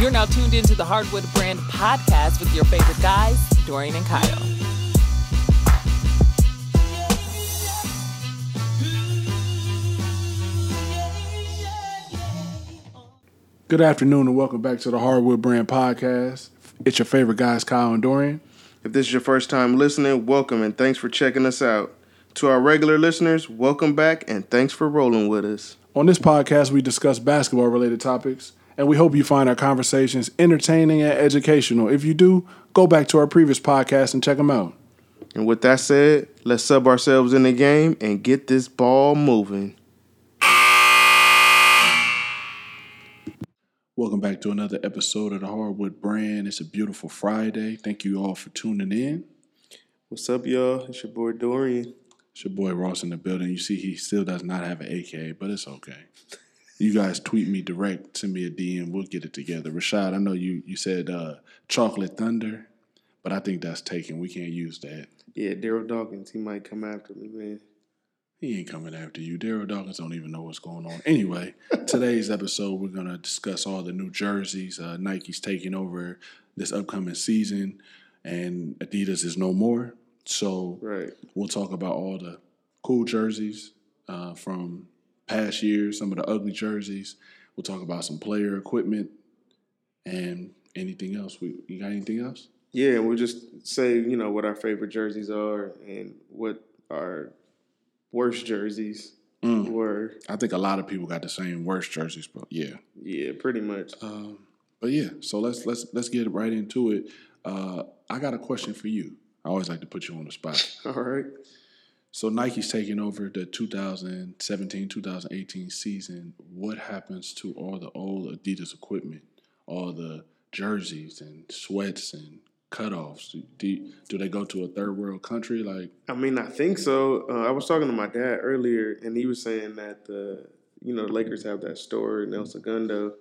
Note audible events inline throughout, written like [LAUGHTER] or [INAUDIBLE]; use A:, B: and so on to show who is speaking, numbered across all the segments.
A: You're now tuned into the Hardwood Brand podcast with your favorite guys, Dorian and Kyle.
B: Good afternoon and welcome back to the Hardwood Brand Podcast. It's your favorite guys, Kyle and Dorian.
C: If this is your first time listening, welcome and thanks for checking us out. To our regular listeners, welcome back and thanks for rolling with us.
B: On this podcast, we discuss basketball related topics, and we hope you find our conversations entertaining and educational. If you do, go back to our previous podcast and check them out.
C: And with that said, let's sub ourselves in the game and get this ball moving.
B: Welcome back to another episode of the Hardwood Brand. It's a beautiful Friday. Thank you all for tuning in.
C: What's up, y'all? It's your boy Dorian.
B: It's your boy Ross in the building. You see, he still does not have an AKA, but it's okay. You guys tweet me direct, send me a DM, we'll get it together. Rashad, I know you you said uh, Chocolate Thunder, but I think that's taken. We can't use that.
C: Yeah, Daryl Dawkins, he might come after me, man.
B: He ain't coming after you. Daryl Dawkins don't even know what's going on. Anyway, today's episode, we're going to discuss all the new jerseys. Uh, Nike's taking over this upcoming season, and Adidas is no more. So
C: Right.
B: we'll talk about all the cool jerseys uh, from past years, some of the ugly jerseys. We'll talk about some player equipment and anything else. We, you got anything else?
C: Yeah, and we'll just say, you know, what our favorite jerseys are and what our worst jerseys
B: Mm.
C: were.
B: I think a lot of people got the same worst jerseys, but yeah.
C: Yeah, pretty much.
B: Um, but yeah, so let's let's let's get right into it. Uh, I got a question for you. I always like to put you on the spot.
C: All right.
B: So Nike's taking over the 2017-2018 season. What happens to all the old Adidas equipment, all the jerseys and sweats and cutoffs? Do, do they go to a third world country? Like,
C: I mean, I think so. Uh, I was talking to my dad earlier, and he was saying that the you know the Lakers have that store in El Segundo,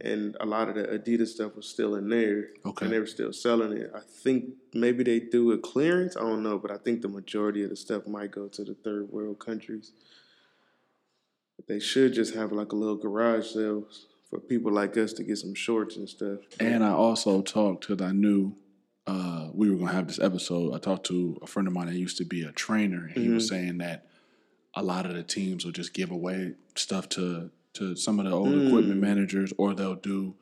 C: and a lot of the Adidas stuff was still in there,
B: Okay.
C: and they were still selling it. I think maybe they do a clearance. I don't know, but I think the majority of the stuff might go to the third world countries. They should just have like a little garage sale for people like us to get some shorts and stuff.
B: And I also talked because I knew uh, we were going to have this episode. I talked to a friend of mine that used to be a trainer, and he was
C: Mm-hmm.
B: saying that a lot of the teams will just give away stuff to to some of the old
C: Mm.
B: equipment managers, or they'll do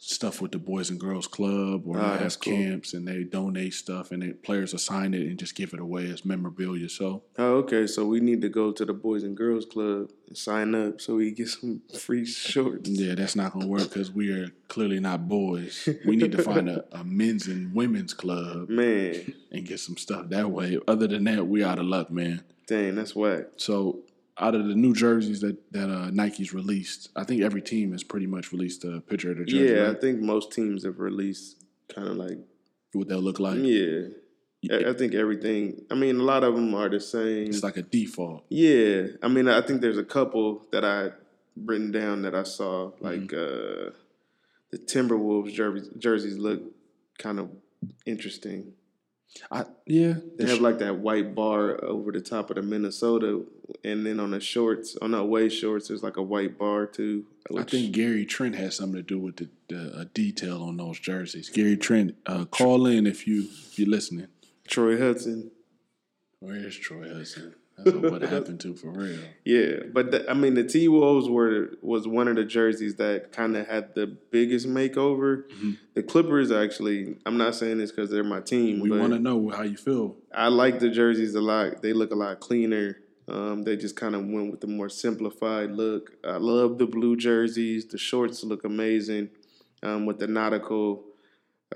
B: stuff with the Boys and Girls Club or
C: Ah,
B: have
C: that's cool.
B: camps, and they donate stuff, and the players will sign it and just give it away as memorabilia. So
C: Oh, okay. So we need to go to the Boys and Girls Club and sign up so we get some [LAUGHS] free shorts.
B: yeah, that's not going to work because we are clearly not boys. We need to find a, a men's and women's club.
C: Man,
B: and get some stuff that way. Other than that, we out of luck, man.
C: dang,
B: [LAUGHS]
C: that's whack.
B: So out of the new jerseys that that uh, Nike's released, I think every team has pretty much released a picture of their jersey.
C: yeah,
B: right?
C: I think most teams have released kind of like
B: what they'll look like.
C: yeah. I,
B: It-
C: I think everything. I mean, a lot of them are the same.
B: It's like a default.
C: yeah, I mean, I think there's a couple that I written down that I saw
B: Mm-hmm.
C: like uh, the Timberwolves jerseys, jerseys look kind of interesting.
B: I yeah,
C: They have like that white bar over the top of the Minnesota, and then on the shorts, on the away shorts, there's like a white bar too.
B: I
C: which-
B: think Gary Trent has something to do with the, the uh, detail on those jerseys. Gary Trent, uh, call in if you if you're listening.
C: Troy Hudson.
B: Where's Troy Hudson? That's what happened to for real.
C: Yeah, but the, I mean the T Wolves were was one of the jerseys that kind of had the biggest makeover.
B: Mm-hmm.
C: The Clippers actually, I'm not saying this because they're my team,
B: We
C: but
B: want to know how you feel.
C: I like the jerseys a lot. They look a lot cleaner. Um, they just kind of went with the more simplified look. I love the blue jerseys. The shorts look amazing um, with the nautical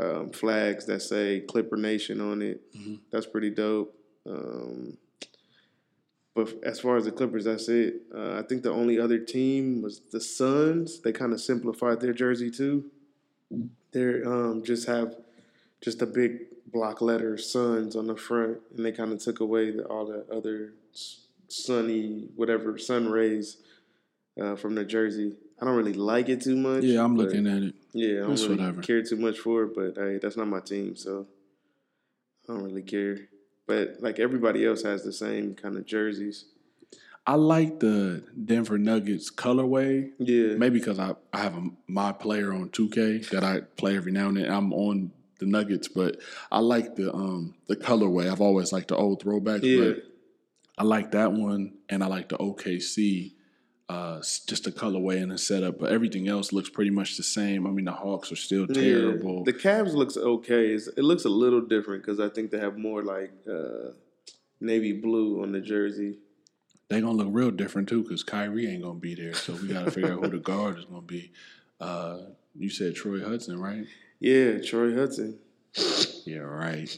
C: um, flags that say Clipper Nation on it.
B: Mhm.
C: That's pretty dope. Um, but as far as the Clippers, that's it. Uh, I think the only other team was the Suns. They kind of simplified their jersey too. They um, just have just the big block letter Suns on the front, and they kind of took away the, all the other s- sunny whatever sun rays uh, from the jersey. I don't really like it too much.
B: Yeah, I'm
C: but-
B: looking at it.
C: yeah, I don't
B: It's
C: really
B: whatever.
C: care too much for it, but hey, that's not my team, so I don't really care. But like everybody else has the same kind of jerseys.
B: I like the Denver Nuggets colorway.
C: Yeah.
B: Maybe because I, I have a, my player on 2K that I play every now and then. I'm on the Nuggets, but I like the um the colorway. I've always liked the old throwbacks,
C: Yeah.
B: but I like that one and I like the OKC. Uh, s- just the colorway and the setup, but everything else looks pretty much the same. I mean, the Hawks are still terrible.
C: The Cavs looks okay. It's, it looks a little different because I think they have more like uh, navy blue on the jersey.
B: They're gonna look real different too, because Kyrie ain't gonna be there. So we gotta figure out who the guard is gonna be. Uh, you said Troy Hudson, right?
C: Yeah, Troy Hudson.
B: Yeah, right.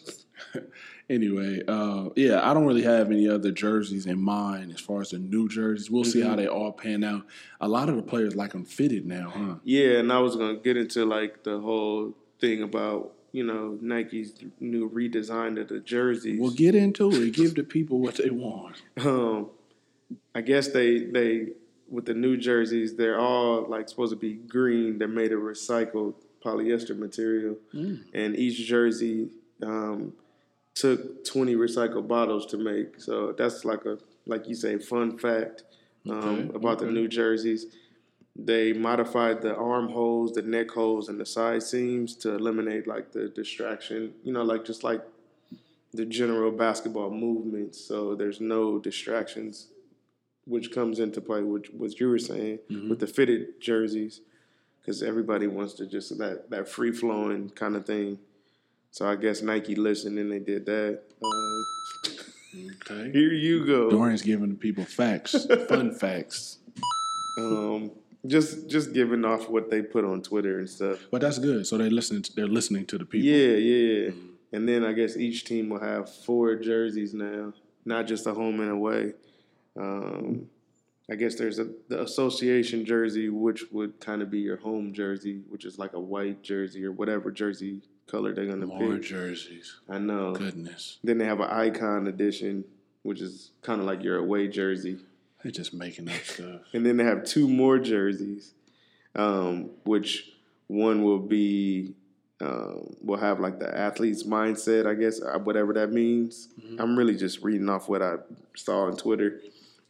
B: [LAUGHS] anyway, uh, yeah, I don't really have any other jerseys in mind as far as the new jerseys. We'll see
C: Mm-hmm.
B: how they all pan out. A lot of the players like them fitted now, huh?
C: Yeah, and I was gonna get into like the whole thing about you know Nike's new redesign of the jerseys.
B: Well, get into it. Give the people what they want.
C: um, I guess they they with the new jerseys, they're all like supposed to be green. They're made of recycled polyester material,
B: Mm.
C: and each jersey um, took twenty recycled bottles to make. So that's like a like you say, fun fact um,
B: Okay,
C: about the new jerseys. They modified the arm holes, the neck holes, and the side seams to eliminate like the distraction. You know, like just like the general basketball movement, so there's no distractions, which comes into play with what you were saying with the fitted jerseys, because everybody wants to just that that free flowing kind of thing. So I guess Nike listened and they did that. Um,
B: Okay.
C: here you go.
B: Dorian's giving the people
C: [LAUGHS]
B: facts, fun facts.
C: Um, just just giving off what they put on Twitter and stuff.
B: But that's good. So they're listening. To, they're listening to the people.
C: Yeah, yeah. And then I guess each team will have four jerseys now, not just a home and away. Um, I guess there's a the association jersey, which would kind of be your home jersey, which is like a white jersey or whatever jersey color they're gonna
B: More
C: pick.
B: jerseys.
C: I know.
B: Goodness,
C: Then they have an icon edition, which is kind of like your away jersey.
B: they're just making up stuff.
C: [LAUGHS] And then they have two more jerseys, um, which one will be um, will have like the athlete's mindset, I guess, uh, whatever that means. I'm really just reading off what I saw on Twitter,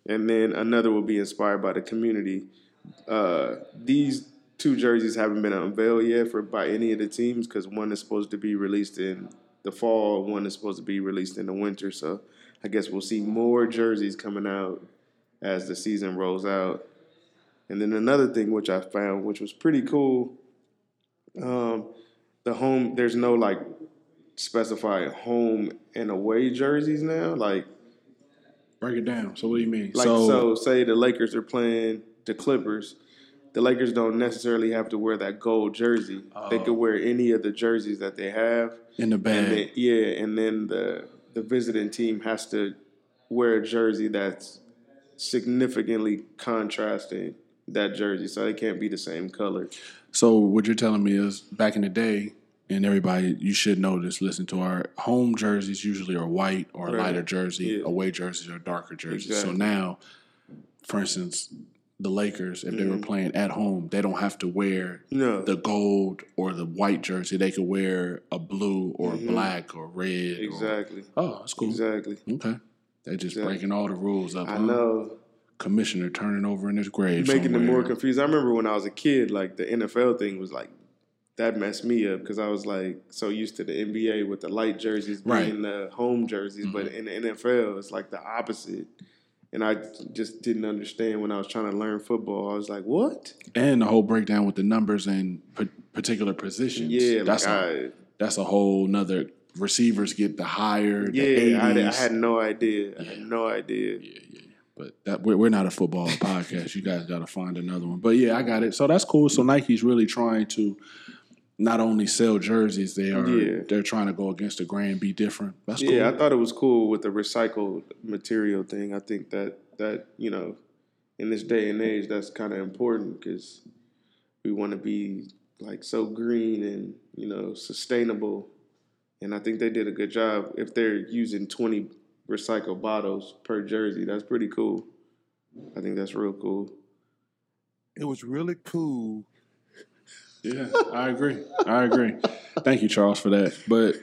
C: and then another will be inspired by the community. Uh, these two jerseys haven't been unveiled yet for by any of the teams because one is supposed to be released in the fall, one is supposed to be released in the winter. So I guess we'll see more jerseys coming out as the season rolls out. And then another thing which I found, which was pretty cool, um, the home there's no like specified home and away jerseys now. Like
B: Break it down. So what do you mean?
C: like so, say the Lakers are playing the Clippers. The Lakers don't necessarily have to wear that gold jersey. They could wear any of the jerseys that they have.
B: in the
C: And
B: bag.
C: then, yeah, and then the the visiting team has to wear a jersey that's significantly contrasting that jersey, so they can't be the same color.
B: So what you're telling me is back in the day, and everybody you should know this, listen to our home jerseys usually are white or a
C: Right.
B: lighter jersey,
C: Yeah.
B: away jerseys are darker jerseys.
C: Exactly.
B: So now, for instance, the Lakers, if
C: Mm-hmm.
B: they were playing at home, they don't have to wear
C: No,
B: the gold or the white jersey. They could wear a blue or
C: Mm-hmm.
B: a black or red. or-
C: exactly,
B: oh, that's cool.
C: exactly.
B: Okay. They're just
C: Exactly.
B: breaking all the rules up.
C: I
B: huh?
C: know,
B: Commissioner turning over in his grave.
C: making them more
B: somewhere.
C: confused. I remember when I was a kid, like the NFL thing was like that messed me up because I was like so used to the NBA with the light jerseys being
B: Right. Mm-hmm.
C: the home jerseys, but in the NFL it's like the opposite. And I just didn't understand when I was trying to learn football. I was like, "What?"
B: and the whole breakdown with the numbers and p- particular positions.
C: Yeah,
B: that's
C: like
B: a,
C: I,
B: that's a whole nother. Receivers get the higher. The
C: yeah, I, di- I
B: 80s.
C: had no idea. I had no idea.
B: but that we're, we're not a football [LAUGHS] podcast. You guys got to find another one. But yeah, I got it. So that's cool. So Nike's really trying to not only sell jerseys, they are
C: Yeah.
B: they're trying to go against the grain, be different. That's cool.
C: Yeah, I thought it was cool with the recycled material thing. I think that that you know, in this day and age, that's kind of important because we want to be like so green and you know sustainable. And I think they did a good job. If they're using twenty recycled bottles per jersey, that's pretty cool. I think that's real cool.
D: It was really cool.
B: Yeah, I agree. I agree. Thank you, Charles, for that. But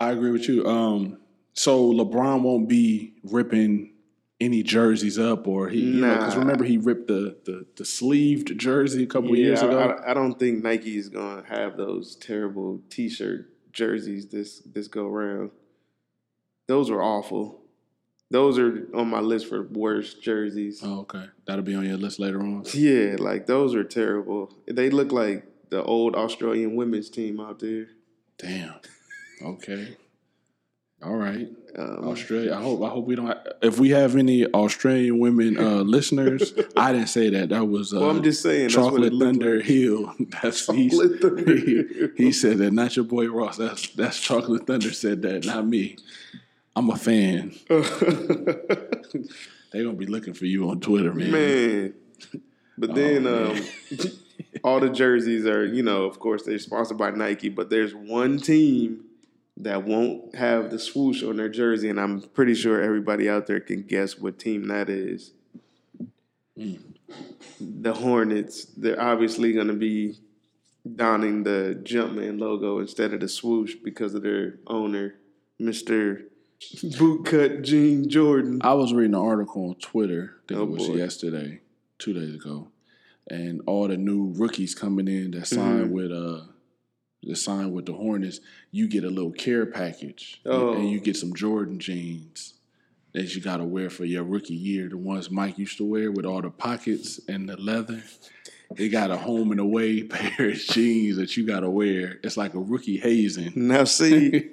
B: I agree with you. Um, so LeBron won't be ripping any jerseys up or he you know, 'cause
C: Nah.
B: remember he ripped the, the the sleeved jersey a couple years
C: I-
B: ago.
C: I, I don't think Nike is gonna have those terrible T-shirt jerseys this this go round. Those are awful. Those are on my list for worst jerseys.
B: oh, okay. That'll be on your list later on.
C: Yeah, like those are terrible. They look like the old Australian women's team out there.
B: Damn. Okay. All right.
C: Um,
B: Australia. I hope I hope we don't if we have any Australian women
C: [LAUGHS]
B: uh, listeners, I didn't say that. That was uh,
C: well, I'm just saying. That's what it
B: Chocolate
C: looked
B: Thunder Hill. [LAUGHS] That's he's,
C: Chocolate Thunder
B: he,
C: Hill.
B: [LAUGHS] he said that, not your boy Ross. That's that's Chocolate Thunder said that, not me. I'm a fan.
C: [LAUGHS]
B: [LAUGHS]
C: Like.
B: They're gonna be looking for you on Twitter, man.
C: Man. But then um, all the jerseys are, you know, of course they're sponsored by Nike, but there's one team that won't have the swoosh on their jersey, and I'm pretty sure everybody out there can guess what team that is. The Hornets. They're obviously gonna be donning the Jumpman logo instead of the swoosh because of their owner, Mr. Bootcut Gene Jordan.
B: I was reading an article on Twitter. I think
C: Oh,
B: it was
C: boy.
B: yesterday, two days ago, and all the new rookies coming in that signed
C: Mm-hmm.
B: with uh, that signed with the Hornets, you get a little care package,
C: Oh.
B: and you get some Jordan jeans that you got to wear for your rookie year. The ones Mike used to wear with all the pockets and the leather. They got a home and away [LAUGHS] pair of jeans that you got to wear. It's like a rookie hazing.
C: Now see,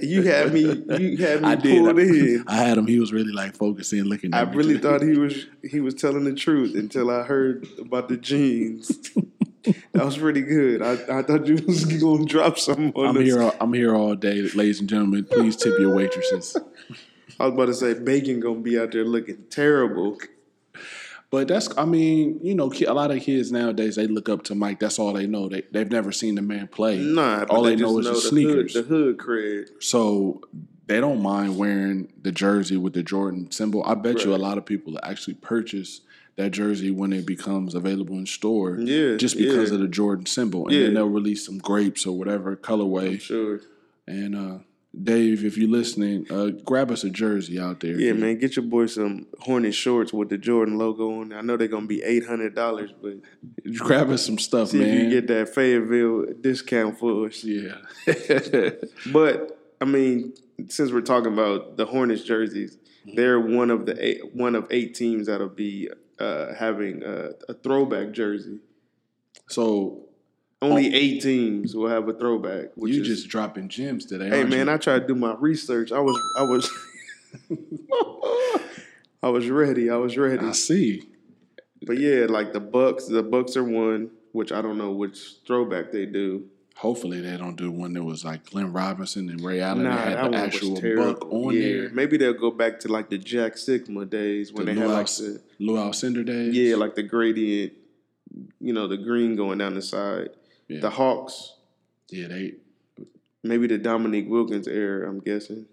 C: you had me. You had
B: [LAUGHS]
C: me
B: I did.
C: pulled in.
B: I had him. He was really like focusing, looking.
C: I
B: At me.
C: really thought he was he was telling the truth until I heard about
B: [LAUGHS]
C: the jeans. that was pretty good. I, I thought you was gonna drop some on
B: I'm
C: us.
B: here. All, I'm here all day, ladies and gentlemen. Please tip your waitresses.
C: I was about to say Bacon gonna be out there looking terrible.
B: But that's. I mean, you know, ki- a lot of kids nowadays they look up to Mike. That's all they know. They they've never seen the man play.
C: Nah, but
B: all they,
C: just
B: know is his
C: the
B: sneakers.
C: Hood, the hood cred.
B: so they don't mind wearing the jersey with the Jordan symbol. I bet you a
C: Right.
B: lot of people actually purchase that jersey when it becomes available in store.
C: Yeah,
B: Just because
C: yeah.
B: of the Jordan symbol, and
C: Yeah.
B: then they'll release some grapes or whatever colorway.
C: Sure.
B: And uh, Dave, if you're listening, uh, grab us a jersey out there.
C: Yeah, man, get your boy some Hornet shorts with the Jordan logo on. I know they're gonna be eight hundred dollars, but
B: Grab us some stuff,
C: see
B: man.
C: if you get that Fayetteville discount for us.
B: Yeah.
C: [LAUGHS] But I mean, since we're talking about the Hornets jerseys,
B: Mm-hmm.
C: they're one of the eight, one of eight teams that'll be uh, having a, a throwback jersey.
B: so
C: Only eight teams will have a throwback. Which
B: Oh. you
C: is,
B: just dropping gems today.
C: hey
B: aren't
C: man,
B: you?
C: I tried to do my research. I was I was I was [LAUGHS] ready. I was ready.
B: I see.
C: But yeah, like the Bucks, the Bucks are one, which I don't know which throwback they do.
B: Hopefully they don't do one that was like Glenn Robinson and Ray Allen
C: Nah,
B: that
C: that
B: had
C: one
B: the
C: was
B: actual
C: terrible.
B: buck on
C: yeah.
B: there.
C: Maybe they'll go back to like the Jack Sigma days when
B: the
C: they
B: Lou
C: had like
B: Alc-
C: the
B: Lou Alcindor days.
C: Yeah, like the gradient, you know, the green going down the side.
B: Yeah.
C: The Hawks,
B: yeah, they
C: maybe the Dominique Wilkins era, I'm guessing.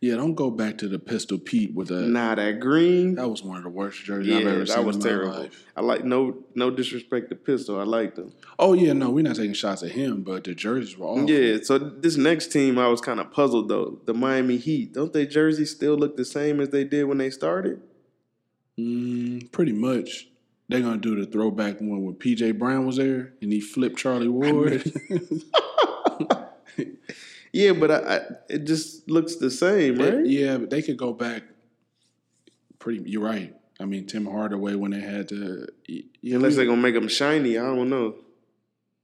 B: yeah. Don't go back to the Pistol Pete with the.
C: Nah, that green.
B: That was one of the worst jerseys
C: yeah,
B: I've ever seen
C: that was
B: in my
C: terrible.
B: life.
C: I like no no disrespect to Pistol. I liked them.
B: Oh yeah, no, we're not taking shots at him, but the jerseys were awful.
C: Yeah, so this next team I was kind of puzzled though. The Miami Heat. Don't they jerseys still look the same as they did when they started?
B: Mm, pretty much. They're gonna do the throwback one when PJ Brown was there and he flipped
C: [LAUGHS]
B: Charlie Ward. [LAUGHS]
C: Yeah, but I, I it just looks the same,
B: They-
C: right?
B: yeah, but they could go back. Pretty, you're right. I mean, Tim Hardaway when they had to, y- yeah,
C: Unless
B: we-
C: they're gonna make them shiny, I don't know.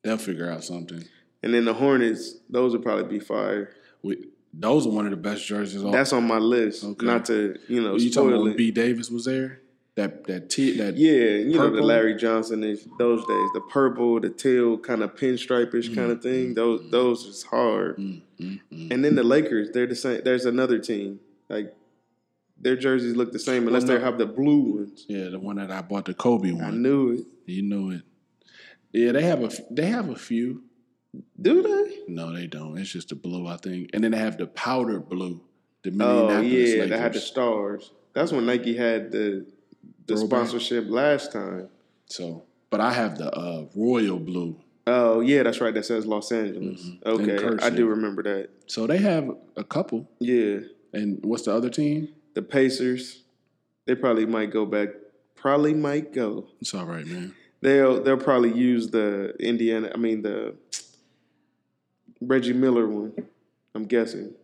B: they'll figure out something.
C: And then the Hornets, those would probably be fire.
B: We, those are one of the best jerseys. All,
C: That's on my list.
B: Oh. Okay.
C: Not to you know
B: you talking about
C: spoil
B: when
C: it.
B: B. Davis was there. That that t that
C: yeah, you know the
B: Purple?
C: Larry Johnson is those days. The purple, the teal, kind of pinstripe-ish kind
B: Mm,
C: of thing. Those those is hard. And then the Lakers, they're the same. There's another team like their jerseys look the same unless they
B: Oh, no.
C: have the blue ones.
B: yeah the one that I bought the Kobe
C: I
B: one.
C: knew it.
B: You know it. Yeah, they have a f- they have a few.
C: Do they?
B: No, they don't. It's just the blue, I think. And then they have the powder blue. The
C: Oh
B: Minneapolis
C: yeah,
B: Lakers.
C: they had the stars. That's when Nike had the the
B: Throwback.
C: sponsorship last time.
B: so, but I have the uh, royal blue.
C: Oh yeah, that's right. That says Los Angeles.
B: Mm-hmm. In
C: Okay, I
B: cursive.
C: do remember that.
B: So they have a couple.
C: Yeah,
B: And what's the other team?
C: the Pacers. They probably might go back. Probably might go.
B: It's all right, man.
C: They'll they'll probably use the Indiana. I mean the Reggie Miller one. I'm guessing.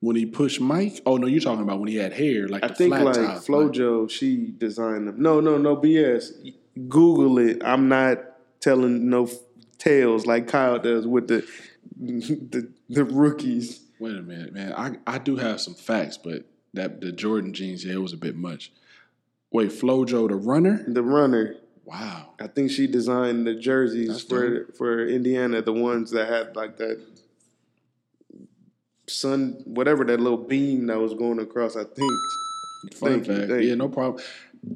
B: When he pushed Mike, oh no, you're talking about when he had hair like
C: I
B: the
C: think
B: flat
C: like
B: top,
C: FloJo, she designed them. No, no, no BS. Google it. I'm not telling no f- tales like Kyle does with the [LAUGHS] the, the rookies.
B: Wait a minute, man. I, I do have some facts, but that the Jordan jeans, yeah, it was a bit much. Wait, FloJo the runner?
C: The runner.
B: Wow.
C: I think she designed the jerseys
B: That's
C: for
B: dope.
C: for Indiana, the ones that had like that sun, whatever that little beam that was going across. I think
B: Fun
C: Thank you,
B: fact.
C: thank
B: yeah,
C: you.
B: no problem.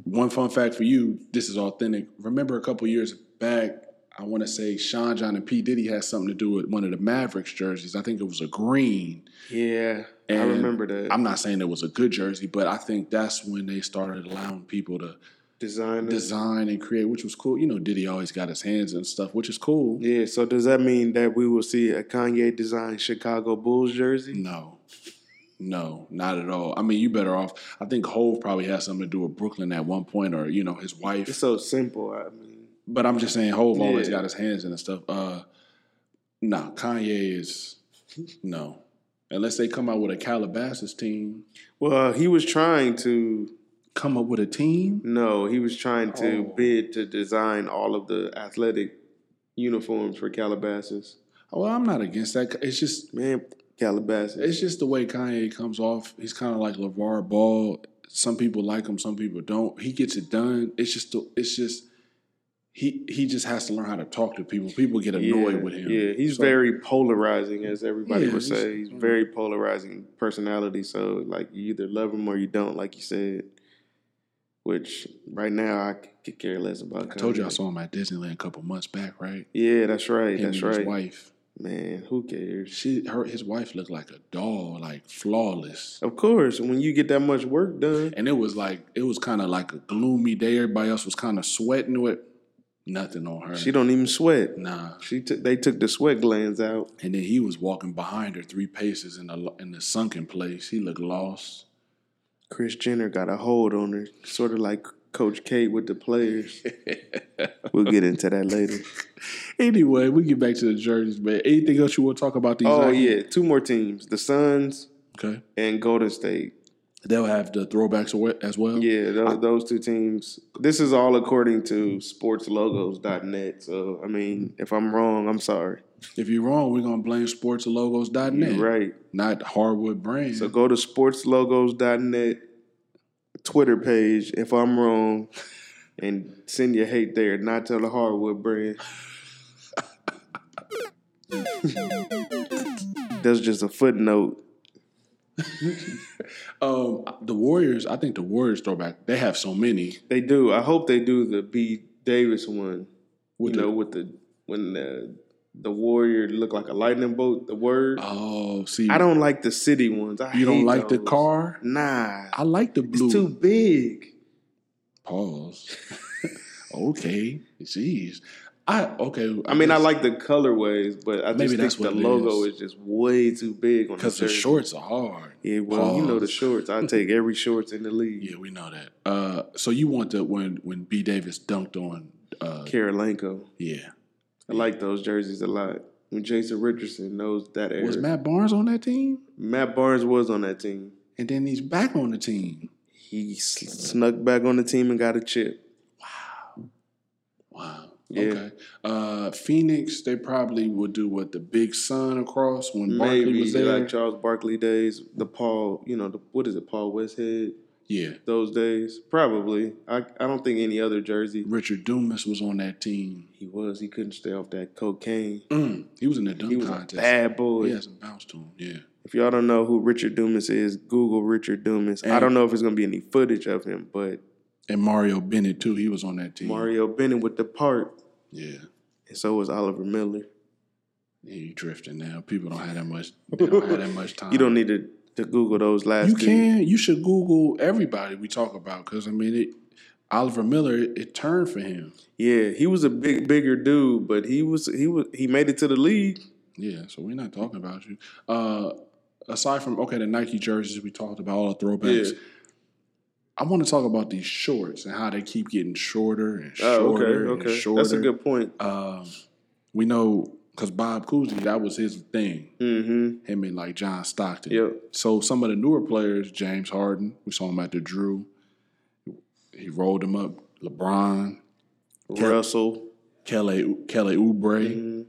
B: One fun fact for you, this is authentic. Remember a couple years back, I want to say Sean John and P. Diddy had something to do with one of the Mavericks jerseys. I think it was a green.
C: yeah, I
B: And
C: remember that
B: I'm not saying it was a good jersey, but I think that's when they started allowing people to
C: designer.
B: design and create, which was cool. You know, Diddy always got his hands and stuff, which is cool.
C: yeah, so does that mean that we will see a Kanye designed Chicago Bulls jersey?
B: No, no, not at all. I mean, you better off. I think Hove probably had something to do with Brooklyn at one point, or you know, his wife.
C: It's so simple. I mean,
B: but I'm just saying, Hove always
C: Yeah.
B: got his hands in and stuff. Uh, nah, Kanye is no. Unless they come out with a Calabasas team,
C: well, uh, he was trying to.
B: come up with a team.
C: No, he was trying to
B: Oh.
C: bid to design all of the athletic uniforms for Calabasas.
B: Well, I'm not against that. It's just
C: Man, Calabasas.
B: It's just the way Kanye comes off. He's kind of like LeVar Ball. Some people like him, some people don't. He gets it done. It's just, the, it's just, he he just has to learn how to talk to people. People get annoyed
C: yeah,
B: with him.
C: Yeah, he's
B: So,
C: very polarizing, as everybody
B: Yeah,
C: would
B: he's- mm-hmm.
C: say. He's very polarizing personality. So, like, you either love him or you don't, like you said. Which right now I could care less about.
B: I told you I
C: Kanye.
B: saw him at Disneyland a couple months back, right?
C: Yeah, that's right.
B: Him
C: that's
B: and
C: right.
B: His wife,
C: Man, who cares?
B: she, her, his wife looked like a doll, like flawless.
C: Of course, when you get that much work done,
B: And it was like, it was kind of like a gloomy day. Everybody else was kind of sweating with nothing on her.
C: she don't even sweat.
B: nah.
C: She took. They took the sweat glands out.
B: And then he was walking behind her three paces in the in the sunken place. He looked lost.
C: Chris Jenner got a hold on her, sort of like Coach K with
B: [LAUGHS]
C: the players. we'll get into that later.
B: Anyway, we get back to the jerseys, man. Anything else you want to talk about these?
C: Oh
B: Nike-
C: yeah, two more teams: the Suns
B: okay.
C: and Golden State.
B: They'll have the throwbacks awa- as well.
C: Yeah, those, those two teams. This is all according to sportslogos.net. So, I mean, if I'm wrong, I'm sorry.
B: If you're wrong, we're gonna blame sportslogos.net,
C: You're right.
B: not hardwood brand.
C: So go to sportslogos.net Twitter page if I'm wrong and send your hate there, not to the hardwood brand. That's just a footnote.
B: um, the Warriors, I think the Warriors throwback. They have so many.
C: They do. I hope they do the B Davis one.
B: With
C: you
B: the-
C: know, with the when the the warrior looked like a lightning bolt. The word.
B: Oh, see,
C: I don't like the city ones. I
B: You don't
C: hate
B: like the
C: those.
B: car?
C: Nah,
B: I like the blue.
C: it's too big.
B: Pause. [LAUGHS] okay, jeez. I okay.
C: I mean, I
B: guess-
C: like the colorways, but I
B: Maybe
C: just
B: that's
C: think the
B: what it
C: logo
B: is.
C: is. just way too big on
B: Because the
C: the shirt.
B: shorts are hard.
C: Yeah, well, you know the
B: Pause.
C: shorts. I take every shorts in the league.
B: Yeah, we know that. Uh, so you want the when when B Davis dunked on? Uh,
C: Karolinko.
B: yeah,
C: I like those jerseys a lot. When Jason Richardson knows that era.
B: was Matt Barnes on that team?
C: Matt Barnes was on that team.
B: And then he's back on the team.
C: He sl- snuck back on the team and got a chip.
B: Wow.
C: Yeah.
B: Okay. Uh, Phoenix, they probably would do what the Big Sun across when Barkley
C: Maybe
B: was there.
C: like Charles Barkley days, the Paul, you know, the, what is it, Paul Westhead?
B: yeah,
C: Those days, probably. I, I don't think any other jersey.
B: Richard Dumas was on that team.
C: He was. He couldn't stay off that cocaine.
B: Mm, he was in the dunk
C: He was
B: contest.
C: a bad boy.
B: He has some bounce to him. Yeah.
C: If y'all don't know who Richard Dumas is, Google Richard Dumas. I
B: And-
C: don't know if there's gonna be any footage of him, but
B: And Mario Bennett too. He was on that team.
C: Mario Bennett with the part,
B: Yeah.
C: and so was Oliver Miller.
B: Yeah, you drifting now. People don't have that
C: [LAUGHS]
B: much. They don't have that much time.
C: You don't need to, to Google those last.
B: Uh, You
C: two.
B: can. You should Google everybody we talk about because I mean, it, Oliver Miller. It, it turned for him.
C: Yeah, he was a big, bigger dude, but he was he was he made it to the league.
B: Yeah. So we're not talking about you. Uh, aside from okay, the Nike jerseys we talked about, all the throwbacks. I want to talk about these shorts and how they keep getting shorter and
C: Oh,
B: shorter
C: okay,
B: and
C: okay.
B: shorter.
C: That's a good point.
B: Um, we know because Bob Cousy, that was his thing.
C: Mm-hmm.
B: Him and like John Stockton.
C: Yep.
B: So some of the newer players, James Harden, we saw him at the Drew. He rolled him up. LeBron,
C: Russell.
B: Kelly, Kelly Oubre,
C: Mhm.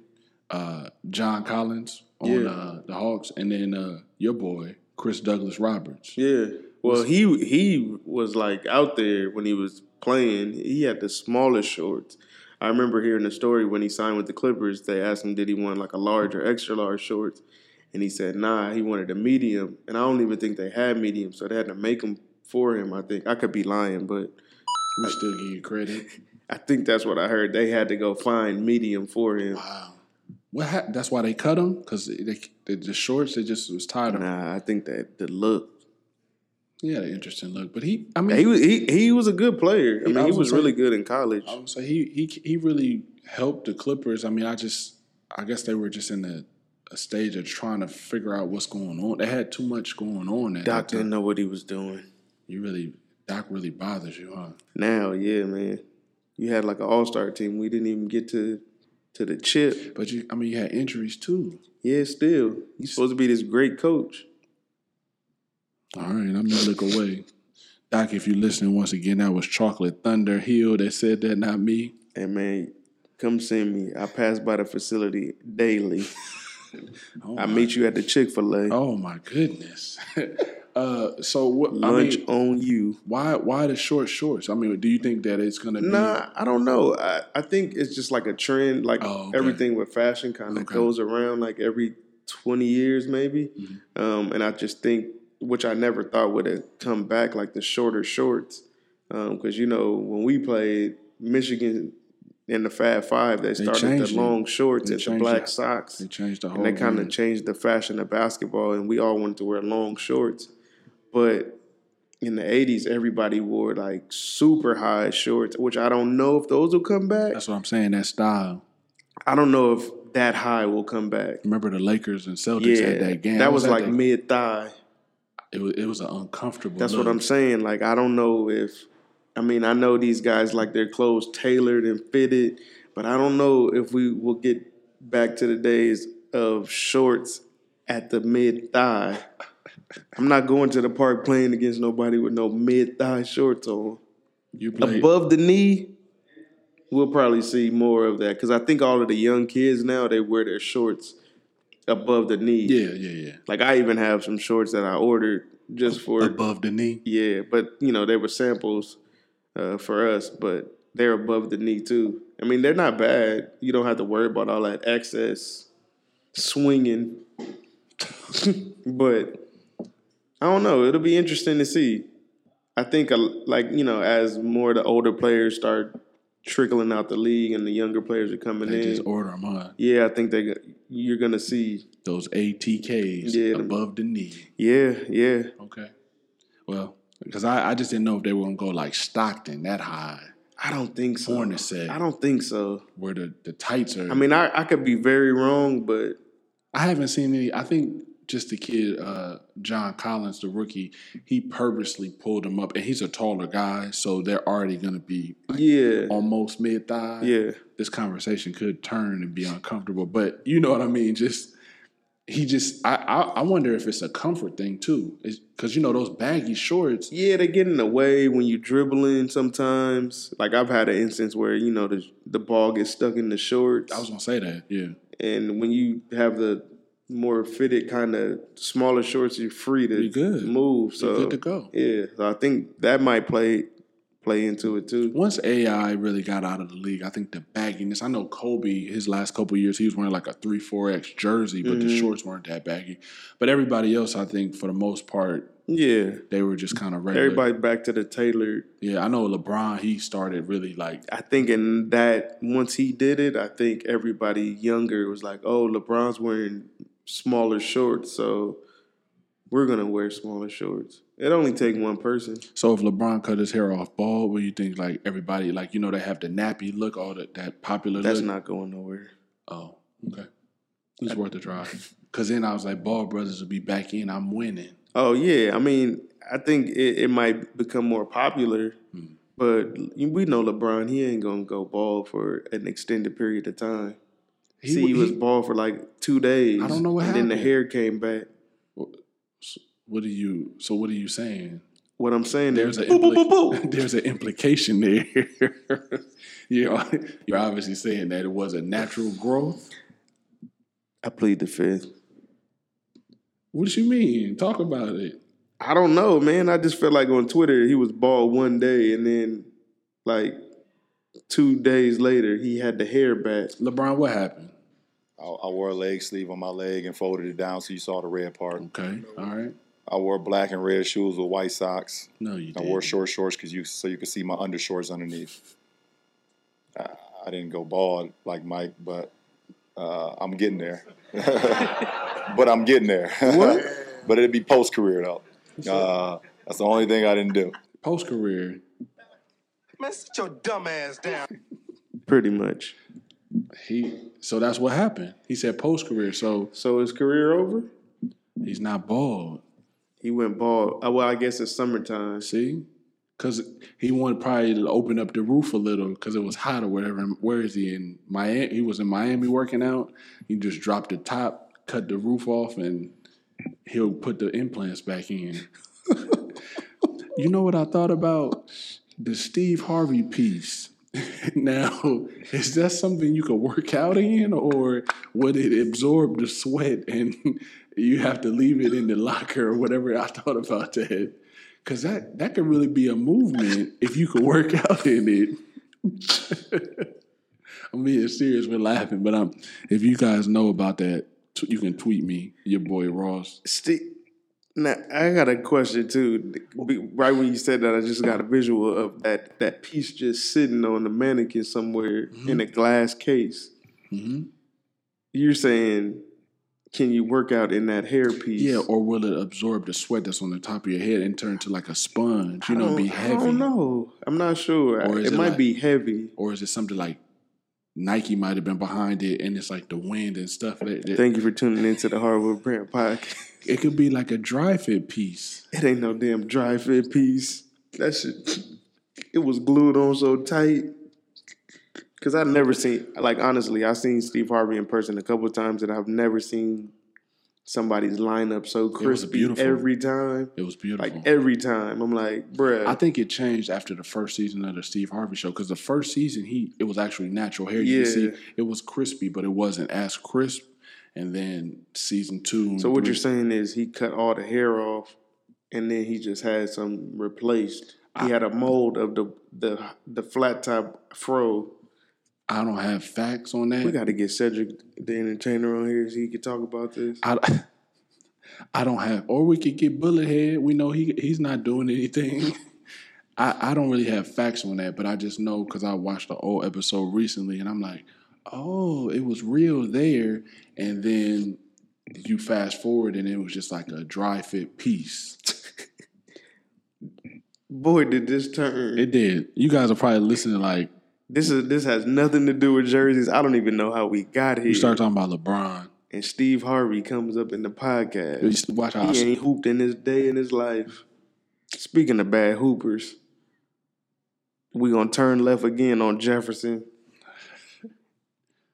B: uh, John Collins on
C: Yeah.
B: uh, the Hawks, and then uh, your boy Chris Douglas Roberts.
C: Yeah. Well, he he was like out there when he was playing. He had the smallest shorts. I remember hearing the story when he signed with the Clippers. They asked him, did he want like a large or extra large shorts? And he said, nah, he wanted a medium. And I don't even think they had medium, so they had to make them for him. I think I could be lying, but
B: [LAUGHS] We still give you credit.
C: I think that's what I heard. They had to go find medium for him.
B: Wow. What hap That's why they cut him because they, they, the shorts they just was tired of.
C: Nah, I think that the look.
B: He had an interesting look, but he. I mean,
C: He was he, he was a good player. I
B: I
C: mean, he
B: was
C: was
B: gonna
C: really
B: say-
C: good in college.
B: I would say he he he really helped the Clippers. I mean, I just I guess they were just in the a stage of trying to figure out what's going on. They had too much going on. At
C: Doc
B: that
C: didn't
B: time.
C: know what he was doing.
B: You really Doc really bothers you, huh?
C: Now, yeah, man. You had like an all star team. We didn't even get to to the chip.
B: But you, I mean, you had injuries too.
C: Yeah, still. You supposed to be this great coach.
B: All right, I'm gonna look away. Doc, if you're listening once again, that was Chocolate Thunder Hill that said that, not me.
C: And man, come send me. I pass by the facility daily.
B: [LAUGHS] Oh
C: I
B: my-
C: meet you at the Chick fil A.
B: Oh my goodness. [LAUGHS] uh, so what?
C: Lunch
B: I mean,
C: on you.
B: why why the short shorts? I mean, do you think that it's gonna be?
C: Nah, I don't know. I, I think it's just like a trend. Like
B: Oh, okay.
C: everything with fashion kind of
B: Okay.
C: goes around like every 20 years, maybe.
B: Mm-hmm.
C: Um, and I just think, which I never thought would have come back, like the shorter shorts. Because, you know, when we played Michigan in the Fab Five, they started
B: changed
C: the
B: it.
C: long shorts
B: They
C: and the
B: changed
C: black
B: it.
C: socks.
B: They changed the whole.
C: And they kind of
B: game.
C: changed the fashion of basketball, and we all wanted to wear long shorts. But in the '80s, everybody wore like super high shorts, which I don't know if those will come back.
B: That's what I'm saying. That style.
C: I don't know if that high will come back.
B: Remember the Lakers and Celtics
C: Yeah,
B: had that game.
C: that was
B: at
C: like
B: the-
C: mid thigh.
B: It was, it was an uncomfortable.
C: That's what
B: look.
C: I'm saying. Like I don't know if. I mean, I know these guys like their clothes tailored and fitted, but I don't know if we will get back to the days of shorts at the mid thigh. I'm not going to the park playing against nobody with no mid thigh shorts on.
B: You played.
C: Above the knee, we'll probably see more of that because I think all of the young kids now they wear their shorts above the knee.
B: Yeah, yeah, yeah.
C: Like I even have some shorts that I ordered just for
B: Above the knee.
C: yeah, but you know they were samples uh, for us, but they're above the knee too. I mean, they're not bad. You don't have to worry about all that excess swinging, [LAUGHS] but I don't know. It'll be interesting to see. I think, uh, like you know, as more of the older players start trickling out the league and the younger players are coming
B: They
C: in,
B: just order them, huh?
C: yeah, I think they you're gonna see.
B: Those ATKs
C: Yeah, them-
B: above the knee.
C: Yeah, yeah.
B: Okay. Well, because I, I just didn't know if they were gonna go like Stockton that high,
C: I don't think so.
B: Born to say.
C: I don't think so.
B: where the, the tights are.
C: I mean, I, I could be very wrong, but
B: I haven't seen any. I think just the kid, uh, John Collins, the rookie, he purposely pulled him up, and he's a taller guy, so they're already gonna be like,
C: yeah,
B: almost mid thigh.
C: yeah,
B: this conversation could turn and be uncomfortable. But you know what I mean. Just he just I I, I wonder if it's a comfort thing too, because you know those baggy shorts.
C: yeah. They get in the way when you dribbling sometimes. Like I've had an instance where you know the the ball gets stuck in the shorts,
B: I was gonna say that. Yeah,
C: and when you have the more fitted kind of smaller shorts, you're free to
B: You're good.
C: move. So
B: good to go.
C: Yeah, so I think that might play play into it too.
B: Once AI really got out of the league, I think the bagginess. I know Kobe, his last couple of years, he was wearing like a three four X jersey, but
C: Mm-hmm.
B: the shorts weren't that baggy. But everybody else, I think, for the most part,
C: Yeah,
B: they were just kind of regular.
C: everybody back to the tailored.
B: Yeah, I know LeBron. He started really like
C: I think in that once he did it, I think everybody younger was like, "Oh, LeBron's wearing smaller shorts, so we're gonna wear smaller shorts." It only take one person.
B: So if LeBron cut his hair off bald, what do you think? Like everybody, like you know, they have the nappy look, all that that popular.
C: That's
B: look.
C: not going nowhere.
B: Oh, okay. It's worth a try. Cause then I was like, Ball Brothers will be back in. I'm winning.
C: Oh yeah, I mean, I think it, it might become more popular,
B: Hmm.
C: but we know LeBron. He ain't gonna go ball for an extended period of time.
B: He
C: See,
B: wa-
C: he was
B: he-
C: bald for like two days.
B: I don't know what
C: and Then the
B: happened.
C: hair came back.
B: What are you? So what are you saying?
C: What I'm saying
B: There's
C: is,
B: a
C: boo, boo, boo, boo.
B: impli- [LAUGHS] there's an implication there. [LAUGHS] you know, you're obviously saying that it was a natural growth.
C: I plead the fifth.
B: What you mean? Talk about it.
C: I don't know, man. I just felt like on Twitter he was bald one day, and then like two days later he had the hair back.
B: LeBron, what happened?
E: I, I wore a leg sleeve on my leg and folded it down so you saw the red part.
B: Okay, all right.
E: I wore black and red shoes with white socks.
B: No, you
E: I
B: didn't.
E: wore short shorts because you so you could see my undershorts underneath. I, I didn't go bald like Mike, but uh, I'm getting there. [LAUGHS] but I'm getting there. [LAUGHS] but it'd be post career though. Uh, that's the only thing I didn't do.
B: Post career,
F: Man, sit your dumb ass down.
C: Pretty much.
B: he. So that's what happened. He said post career. So
C: So his career over.
B: he's not bald.
C: He went bald. Uh, Well, I guess it's summertime.
B: See, because he wanted probably to open up the roof a little because it was hot or whatever. And where is he in Miami? He was in Miami working out. He just dropped the top, cut the roof off, and he'll put the implants back in. you know what I thought about the Steve Harvey piece. [LAUGHS] Now, is that something you could work out in, or would it absorb the sweat and [LAUGHS] you have to leave it in the locker or whatever? I thought about that. Cause that that could really be a movement if you could work [LAUGHS] out in it. [LAUGHS] I'm being serious with laughing, but I'm. If you guys know about that, t- you can tweet me, your boy Ross.
C: Steve, now I got a question too. Be- Right when you said that, I just got a visual of that that piece just sitting on the mannequin somewhere in a glass case. Mm-hmm.
B: hmm
C: You're saying, can you work out in that hair piece?
B: Yeah, or will it absorb the sweat that's on the top of your head and turn to like a sponge?
C: I
B: You know,
C: don't-
B: be heavy.
C: I don't know. I'm not sure.
B: Or is
C: It,
B: it
C: might
B: like-
C: be heavy.
B: Or is it something like Nike might have been behind it, and it's like the wind and stuff. that- that-
C: Thank you for tuning into the Hardwood Brand Podcast. [LAUGHS]
B: it could be like a dry fit piece.
C: It ain't no damn dry fit piece. That shit, it was glued on so tight. Cause I've never seen, like honestly, I've seen Steve Harvey in person a couple of times, and I've never seen somebody's lineup so crispy
B: beautiful.
C: every time.
B: It was beautiful.
C: Like every time, I'm like, bruh.
B: I think it changed after the first season of the Steve Harvey show because the first season he it was actually natural hair. You
C: Yeah.
B: can see it was crispy, but it wasn't as crisp. And then season two. and
C: so what
B: three-
C: you're saying is he cut all the hair off, and then he just had some replaced. He had a mold of the the the flat top fro.
B: I don't have facts on that.
C: We got to get Cedric the Entertainer on here so he can talk about this.
B: I, [LAUGHS] I don't have, or we could get Bullet Head. We know he he's not doing anything. [LAUGHS] I, I don't really have facts on that, but I just know because I watched the old episode recently, and I'm like, oh, it was real there. And then you fast forward, and it was just like a dry fit piece. [LAUGHS]
C: Boy, did this turn!
B: It did. You guys are probably listening. Like
C: this is this has nothing to do with jerseys. I don't even know how we got here.
B: you start talking about LeBron.
C: and Steve Harvey comes up in the podcast.
B: Just Watch how I
C: He ain't hooped in his day in his life. Speaking of bad hoopers, we gonna turn left again on Jefferson.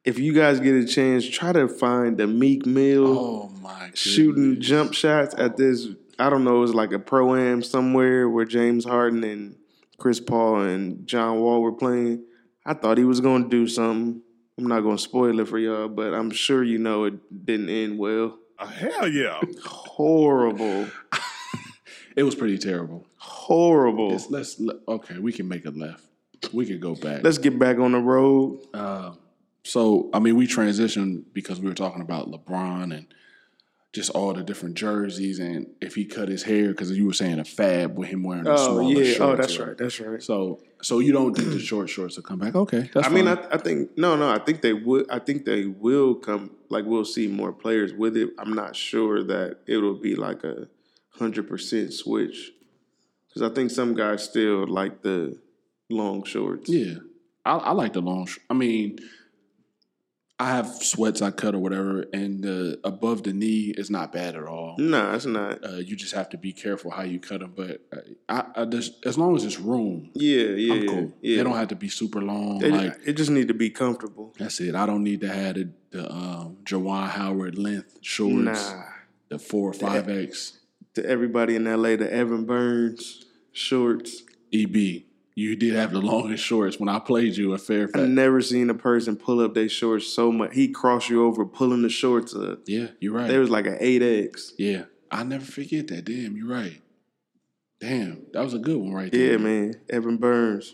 C: If you guys get a chance, try to find the Meek Mill.
B: Oh my! Goodness.
C: shooting jump shots at this. I don't know. It was like a pro am somewhere where James Harden and Chris Paul and John Wall were playing. I thought he was going to do something. I'm not going to spoil it for y'all, but I'm sure you know it didn't end well.
D: Uh, Hell yeah.
C: Horrible,
B: It was pretty terrible.
C: horrible.
B: Let's, let's le- okay. We can make a left. We could go back.
C: Let's get back on the road.
B: Uh, so I mean, we transitioned because we were talking about LeBron and just all the different jerseys, and if he cut his hair because you were saying a fab with him wearing the
C: Oh
B: smaller
C: yeah.
B: shorts.
C: Oh, that's
B: or-
C: right. That's right.
B: So, so you don't think the short shorts will come back? Okay, that's
C: I mean,
B: fine.
C: I, I think no, no. I think they would. I think they will come. Like we'll see more players with it. I'm not sure that it'll be like a hundred percent switch because I think some guys still like the long shorts.
B: yeah, I, I like the long. Sh- I mean, I have sweats I cut or whatever, and uh, above the knee is not bad at all.
C: Nah, it's not.
B: Uh, you just have to be careful how you cut them. But I, I just, as long as it's room,
C: Yeah, yeah,
B: I'm
C: yeah,
B: cool.
C: yeah.
B: They don't have to be super long.
C: They-
B: like
C: it just need to be comfortable.
B: that's it. I don't need to have the, the um, Jawan Howard length shorts,
C: Nah,
B: the four or five X.
C: to everybody in L.A., the Evan Burns shorts.
B: EB, E you did have the [LAUGHS] longest shorts when I played you at
C: I've
B: Fairfax.
C: never seen a person pull up their shorts so much. He crossed you over pulling the shorts up.
B: Yeah, you're right.
C: There was like an eight X.
B: yeah, I never forget that. Damn, you're right. Damn, that was a good one right there.
C: Yeah, man. Evan Burns.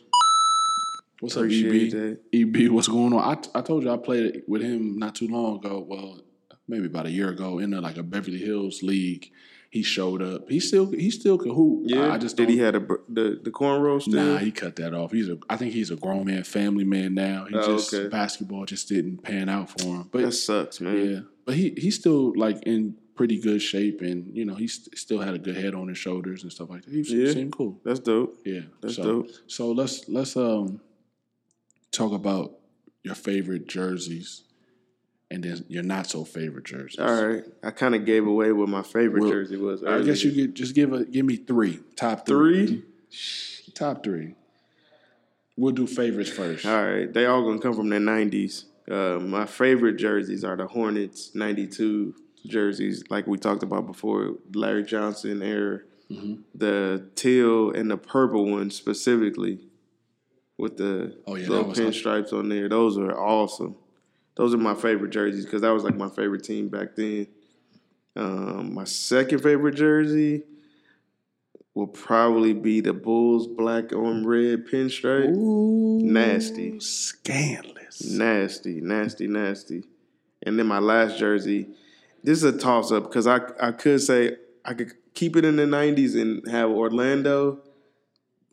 B: What's up, E EB?
C: Appreciate that.
B: EB, what's going on? I, t- I told you I played with him not too long ago. Well, maybe about a year ago in a, like a Beverly Hills league. He showed up. He still he still can hoop.
C: Yeah,
B: I, I just
C: did. He
B: don't-
C: had a, br- the the cornrow still.
B: Nah, he cut that off. He's a I think he's a grown man, family man now. He
C: Oh,
B: just
C: okay.
B: basketball just didn't pan out for him. But
C: that sucks, man.
B: yeah, but he he's still like in pretty good shape, and you know he st- still had a good head on his shoulders and stuff like that. He s-
C: Yeah.
B: seemed cool.
C: That's dope.
B: Yeah,
C: That's
B: so,
C: dope.
B: So let's let's um talk about your favorite jerseys, and then your not so favorite jerseys.
C: All right. I kind of gave away what my favorite
B: Well,
C: jersey was.
B: I guess you
C: earlier.
B: could just give a give me three top three,
C: three.
B: top three. We'll do favorites first.
C: All right, they all gonna come from the '90s. Uh, my favorite jerseys are the Hornets '92 jerseys, like we talked about before, Larry Johnson era, the teal and the purple one specifically, with the
B: Oh, yeah,
C: little
B: that was hot.
C: pinstripes on there. Those are awesome. Those are my favorite jerseys because that was like my favorite team back then. Um, my second favorite jersey will probably be the Bulls black on red pinstripe. Nasty.
B: Scandalous.
C: Nasty, nasty, nasty. And then my last jersey, this is a toss up because I I could say I could keep it in the '90s and have Orlando,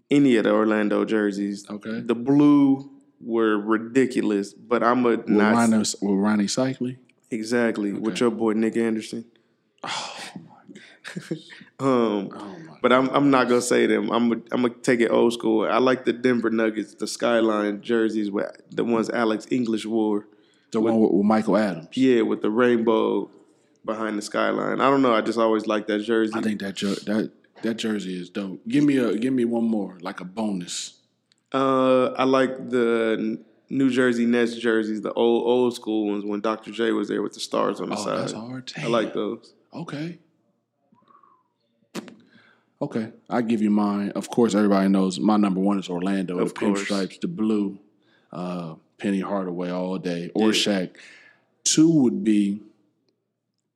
C: any of the Orlando jerseys.
B: Okay.
C: The blue were ridiculous, but I'm a
B: With
C: not
B: Ronnie, with Ronnie Cycli.
C: exactly with
B: Okay.
C: your boy Nick Anderson. [LAUGHS] um,
B: Oh my.
C: but I'm I'm not gonna say them. I'm I'm gonna take it old school. I like the Denver Nuggets, the skyline jerseys with the ones Alex English wore.
B: The one with, with Michael Adams.
C: Yeah, with the rainbow behind the skyline. I don't know. I just always like that jersey.
B: I think that jer- that that jersey is dope. Give me a give me one more like a bonus.
C: uh, I like the New Jersey Nets jerseys, the old old school ones when Dr. J was there with the stars on the
B: Oh,
C: side.
B: that's hard.
C: I like
B: Damn.
C: those.
B: Okay. Okay, I give you mine. Of course, everybody knows my number one is Orlando.
C: Of course.
B: Pinstripes, the blue, uh, Penny Hardaway all day, or
C: Yeah.
B: Shaq. Two would be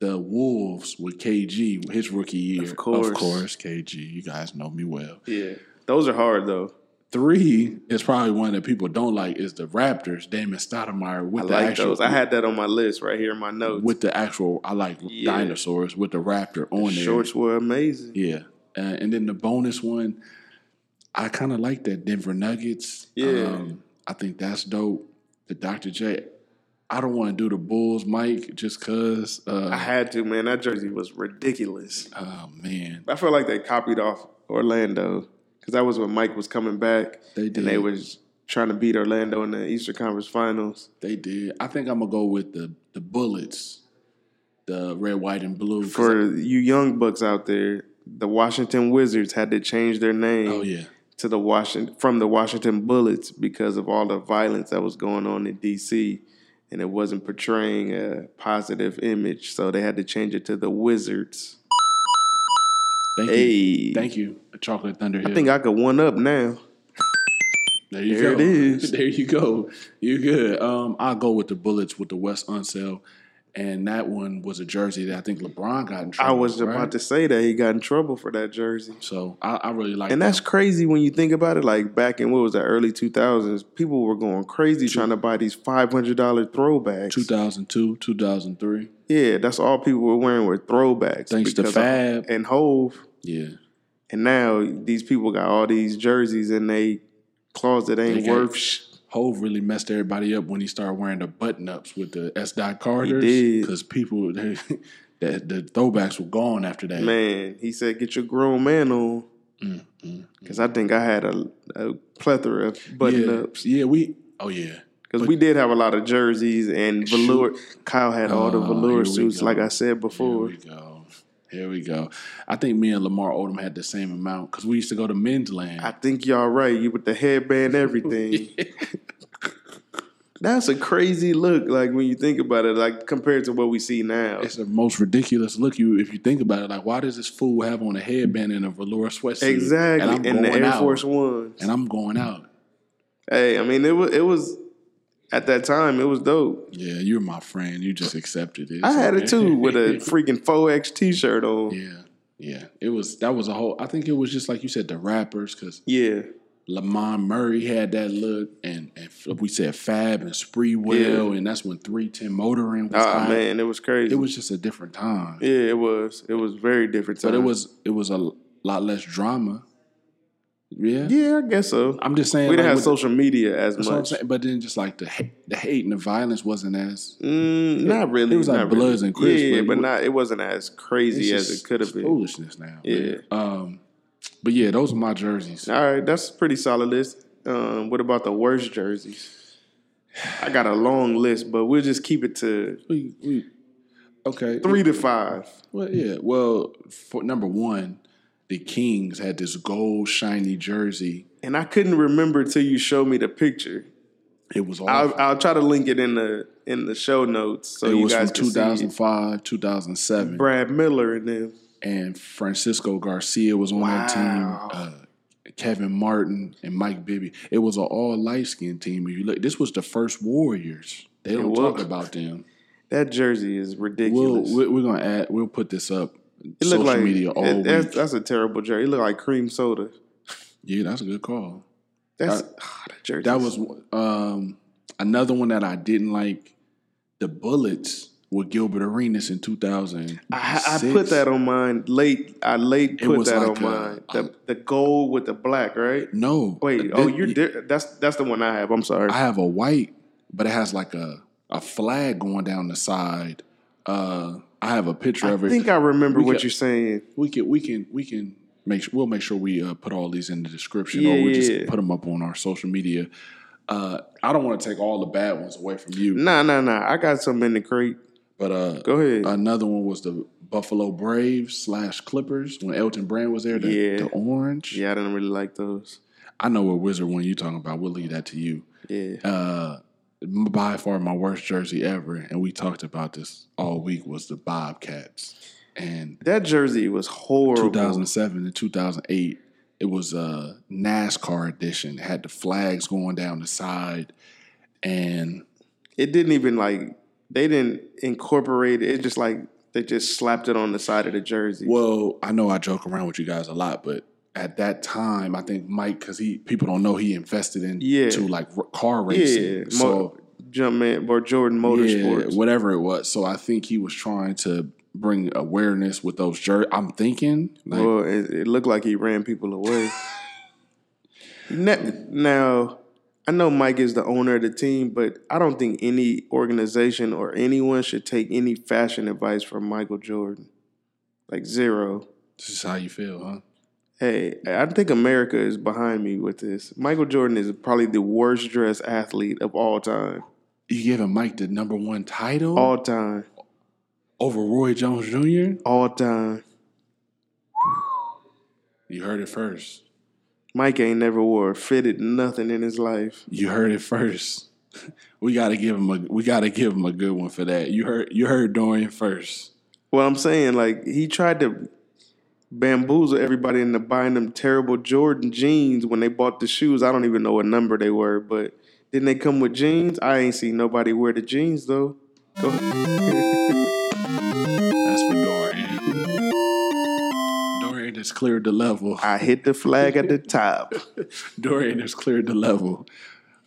B: the Wolves with KG, his rookie year.
C: Of course.
B: Of course, KG. You guys know me well.
C: Yeah, those are hard though.
B: Three is probably one that people don't like is the Raptors, Damon Stoudemire
C: I
B: with the
C: like
B: actual
C: those. I had that on my list right here in my notes.
B: with the actual I like
C: Yeah.
B: dinosaurs with the raptor on there.
C: shorts were amazing.
B: Yeah. Uh, and then the bonus one, I kind of like that Denver Nuggets. Um,
C: Yeah.
B: I think that's dope. The Dr. J. I don't want to do the Bulls, Mike, just cause.
C: I
B: Uh,
C: had to, man. That jersey was ridiculous.
B: oh man,
C: I feel like they copied off Orlando because that was when Mike was coming back.
B: They
C: And they
B: did.
C: was trying to beat Orlando in the Eastern Conference Finals.
B: they did. I think I'm gonna go with the the Bullets, the red, white, and blue. 'cause I-
C: For you young bucks out there, the Washington Wizards had to change their name
B: oh yeah,
C: to the Washington from the Washington Bullets because of all the violence that was going on in D.C. and it wasn't portraying a positive image, so they had to change it to the Wizards.
B: thank you,
C: Hey,
B: thank you, Chocolate Thunder.
C: I
B: Hill.
C: think I could one up now.
B: There you
C: There
B: go.
C: it is.
B: [LAUGHS] There you go. You good. Um, I'll go with the bullets with the West Unsell. And that one was a jersey that I think LeBron got in trouble.
C: I was
B: right?
C: about to say that he got in trouble for that jersey.
B: So I, I really like
C: And that's
B: that.
C: crazy when you think about it. Like back in what was the early 2000s, people were going crazy trying to buy these $500 throwbacks.
B: 2002, 2003.
C: Yeah, that's all people were wearing were throwbacks.
B: Thanks to
C: because of-
B: Fab.
C: and Hove.
B: Yeah.
C: And now these people got all these jerseys in they closet ain't
B: They got-
C: worth sh-
B: Hove really messed everybody up when he started wearing the button ups with the S. Dot
C: did.
B: Carters. Because people, [LAUGHS] they, that the throwbacks were gone after that.
C: Man, he said, get your grown man on.
B: Mm-hmm.
C: Because I think I had a, a plethora of button
B: yeah.
C: ups.
B: Yeah, we, oh yeah.
C: Because we did have a lot of jerseys and velour. Kyle had all the
B: Ah,
C: velour
B: here we
C: suits,
B: go.
C: like I said before.
B: Here we go. Here we go. I think me and Lamar Odom had the same amount because we used to go to Men's Land.
C: I think y'all right. You with the headband, everything.
B: [LAUGHS]
C: That's a crazy look. Like when you think about it, like compared to what we see now.
B: it's the most ridiculous look you if you think about it. Like, why does this fool have on a headband and a velour sweatsuit?
C: Exactly. And, the Air
B: out,
C: Force One.
B: And I'm going out.
C: Hey, I mean, it was it was at that time. It was dope.
B: Yeah, you're my friend. You just accepted it.
C: I
B: It's
C: had
B: okay. [LAUGHS]
C: it too with a freaking 4X T-shirt on. Yeah.
B: yeah, yeah. It was that was a whole. I think it was just like you said, the rappers because
C: Yeah,
B: Lamont Murray had that look, and, and we said Fab and Spree Will,
C: Yeah.
B: and that's when Three Ten Motoring was
C: ah
B: hot.
C: man, it was crazy.
B: It was just a different time.
C: yeah, it was. It was very different. Time.
B: But it was it was a lot less drama. Yeah.
C: Yeah, I guess so.
B: I'm just saying
C: we didn't
B: like,
C: have
B: with the-
C: social media as
B: That's what I'm
C: much.
B: saying. But then just like the hate, the hate and the violence wasn't as
C: Mm, not really.
B: it was like
C: not
B: Bloods
C: really.
B: and Crips,
C: Yeah,
B: but
C: but
B: it-
C: not. It wasn't as
B: it's
C: crazy as
B: just-
C: it could have
B: it's
C: been.
B: foolishness now.
C: Yeah.
B: man. Um, but yeah, those are my jerseys.
C: All right, that's a pretty solid list. Um, what about the worst jerseys? I got a long list, but we'll just keep it to
B: We, we, okay.
C: three to five.
B: Well, yeah. Well, for number one, the Kings had this gold shiny jersey.
C: And I couldn't remember till you showed me the picture.
B: It was
C: I'll,
B: awful.
C: I'll try to link it in the in the show notes so
B: it
C: you
B: was from
C: guys can see. it.
B: 2005, 2007,
C: Brad Miller and them.
B: and Francisco Garcia was on that team.
C: Wow.
B: Uh, Kevin Martin and Mike Bibby. It was an all light skinned team. If you look, this was the first Warriors. They don't talk
C: was.
B: about them.
C: That jersey is
B: We'll,
C: ridiculous.
B: we're, we're gonna add. We'll put this up.
C: it
B: social
C: looked like
B: media all
C: it-
B: week.
C: that's, that's a terrible jersey. It looked like cream soda.
B: yeah, that's a good call.
C: That's
B: That-
C: ah, that jersey.
B: That was um, another one that I didn't like. The Bullets with Gilbert Arenas in two thousand.
C: I, I put that on mine late. I late
B: It
C: put
B: was
C: that
B: like
C: on
B: a-
C: mine. The, the gold with the black, right?
B: No,
C: Wait.
B: Th-
C: oh, you're di- that's that's the one I have. I'm sorry.
B: I have a white, but it has like a a flag going down the side. Uh, I have a picture
C: I
B: of it.
C: think I remember
B: We
C: what
B: got-
C: you're saying.
B: we can we can we can make sure we'll make sure we uh, put all these in the description or
C: Yeah,
B: we'll just
C: yeah.
B: put them up on our social media. Uh, I don't want to take all the bad ones away from you,
C: Nah, nah, nah. I got some in the crate.
B: but uh,
C: Go ahead.
B: another one was the Buffalo Braves slash Clippers when Elton Brand was there. The,
C: Yeah.
B: the orange.
C: yeah, I didn't really like those.
B: I know what wizard one you talking about. We'll leave that to you.
C: Yeah.
B: Uh, by far my worst jersey ever, and we talked about this all week was the Bobcats and
C: That jersey was horrible.
B: 2007 and 2008 it was a nascar edition it had the flags going down the side and
C: It didn't even like they didn't incorporate it. It just like they just slapped it on the side of the jersey.
B: well i know i joke around with you guys a lot but at that time i think mike because he people don't know he invested in
C: Yeah.
B: to like r- car racing
C: yeah.
B: so
C: Jumpman or Jordan Motorsports.
B: yeah, whatever it was so i think he was trying to bring awareness with those jerseys i'm thinking like
C: well, it, it looked like he ran people [LAUGHS] away. now, now, I know Mike is the owner of the team, but I don't think any organization or anyone should take any fashion advice from Michael Jordan. Like zero.
B: this is how you feel huh
C: Hey, I think America is behind me with this. Michael Jordan is probably the worst dressed athlete of all time.
B: you giving mike the number one title
C: All time.
B: over roy jones jr
C: All time.
B: you heard it first
C: Mike ain't never wore fitted nothing in his life.
B: You heard it first. [LAUGHS] We gotta give him a we gotta give him a good one for that. You heard you heard Dorian first.
C: Well, I'm saying, like, he tried to bamboozle everybody into buying them terrible Jordan jeans when they bought the shoes. I don't even know what number they were, but didn't they come with jeans? I ain't seen nobody wear the jeans, though. Go
B: That's for Dorian. Dorian has cleared the level.
C: I hit the
B: [LAUGHS]
C: flag at the top.
B: Dorian has cleared the level.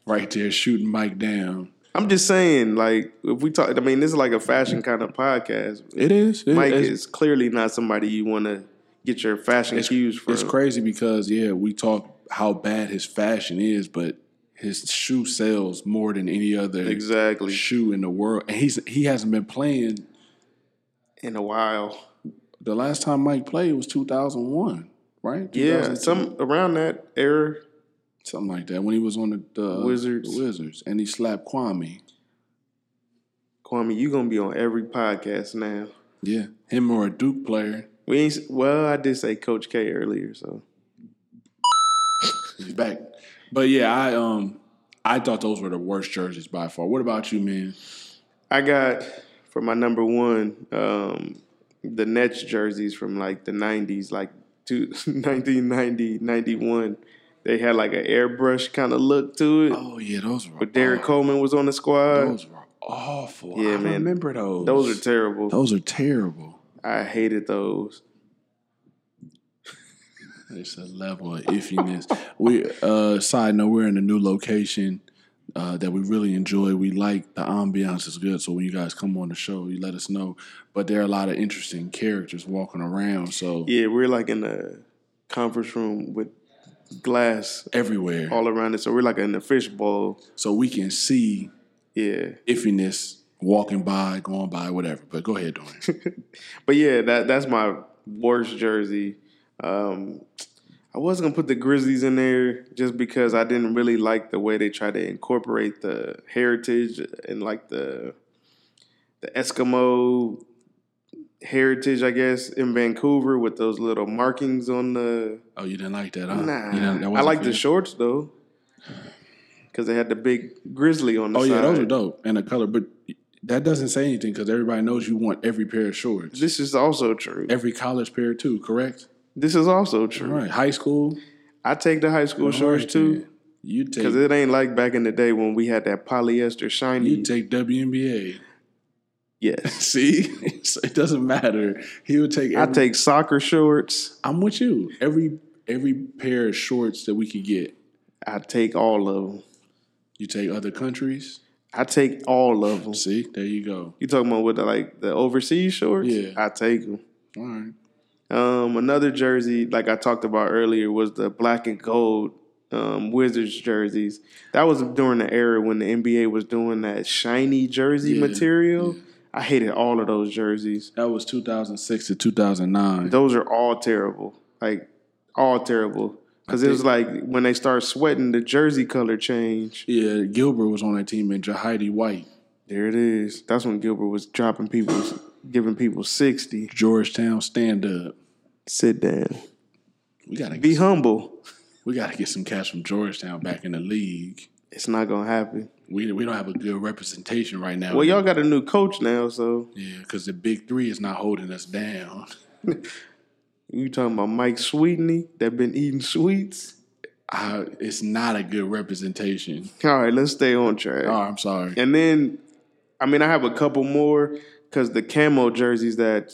B: Right there, shooting Mike down.
C: I'm just saying, like, if we talk, I mean, this is like a fashion kind of podcast.
B: It is. It
C: Mike
B: it's,
C: is clearly not somebody you want to get your fashion
B: it's,
C: cues from.
B: it's crazy because yeah, we talk how bad his fashion is, but his shoe sells more than any other
C: Exactly.
B: shoe in the world. And he's he hasn't been playing
C: In a while.
B: The last time Mike played was 2001, right?
C: Yeah,
B: 2002.
C: some around that era.
B: something like that. When he was on the, the
C: Wizards.
B: the Wizards, and he slapped Kwame.
C: Kwame, you gonna be on every podcast now.
B: Yeah, him or a Duke player.
C: We ain't s- well. I did say Coach K earlier, so
B: He's back. But yeah, I um I thought those were the worst jerseys by far. What about you, man?
C: I got for my number one um, the Nets jerseys from like the '90s, like two, [LAUGHS] 1990, 91. They had like an airbrush kind of look to it.
B: Oh yeah, those were.
C: but Derek Coleman was on the squad.
B: Those were awful.
C: Yeah,
B: I
C: man.
B: remember those.
C: Those are terrible.
B: Those are terrible.
C: I hated those.
B: It's a level of iffiness. we uh side note, we're in a new location uh that we really enjoy. We like the ambiance is good. So when you guys come on the show, you let us know. But there are a lot of interesting characters walking around. So
C: Yeah, we're like in a conference room with glass
B: everywhere.
C: all around it, so we're like in a fishbowl.
B: So we can see
C: Yeah,
B: iffiness walking by, going by, whatever. But go ahead,
C: [LAUGHS]
B: Dorian.
C: but yeah, that that's my worst jersey. Um, I was gonna put the Grizzlies in there just because I didn't really like the way they tried to incorporate the heritage and like the the Eskimo heritage, I guess, in Vancouver with those little markings on the
B: oh, you didn't like that, huh? You didn't- that
C: Nah, I
B: wasn't
C: like
B: for
C: the
B: you?
C: shorts though, because they had the big grizzly on the
B: Oh
C: side.
B: yeah, those are dope and the color, but that doesn't say anything because everybody knows you want every pair of shorts,
C: This is also true.
B: every college pair too. Correct?
C: This is also true.
B: All right, high school
C: I take the high school shorts
B: All right,
C: too,
B: then. You take
C: because it ain't like back in the day when we had that polyester shiny.
B: you take WNBA. [LAUGHS]
C: yes,
B: See, [LAUGHS] so it doesn't matter. He would take.
C: I
B: Every,
C: take soccer shorts.
B: I'm with you. Every every pair of shorts that we could get.
C: I take all of them.
B: You take other countries.
C: I take all of them.
B: See, there you go.
C: You talking about with the, like the overseas shorts?
B: Yeah.
C: I take them.
B: All right.
C: Um, another jersey, like I talked about earlier, was the black and gold um, Wizards jerseys. That was during the era when the NBA was doing that shiny jersey
B: Yeah,
C: material. I hated all of those jerseys.
B: That was 2006 to 2009.
C: Those are all terrible, like all terrible. Because it was like when they start sweating, the jersey color change.
B: Yeah, Gilbert was on that team and Jahidi White,
C: There it is. That's when Gilbert was dropping people, giving people sixty.
B: Georgetown stand up.
C: Sit down.
B: We gotta
C: Be
B: get,
C: humble.
B: we gotta get some cash from Georgetown back in the league.
C: It's not gonna happen.
B: We we don't have a good representation right now.
C: Well, y'all got a new coach now, so
B: yeah, because the big three is not holding us down.
C: You talking about Mike Sweetney that been eating sweets?
B: I, it's not a good representation.
C: All right, let's stay on track.
B: Oh, I'm sorry.
C: [LAUGHS] And then, I mean, I have a couple more because the camo jerseys that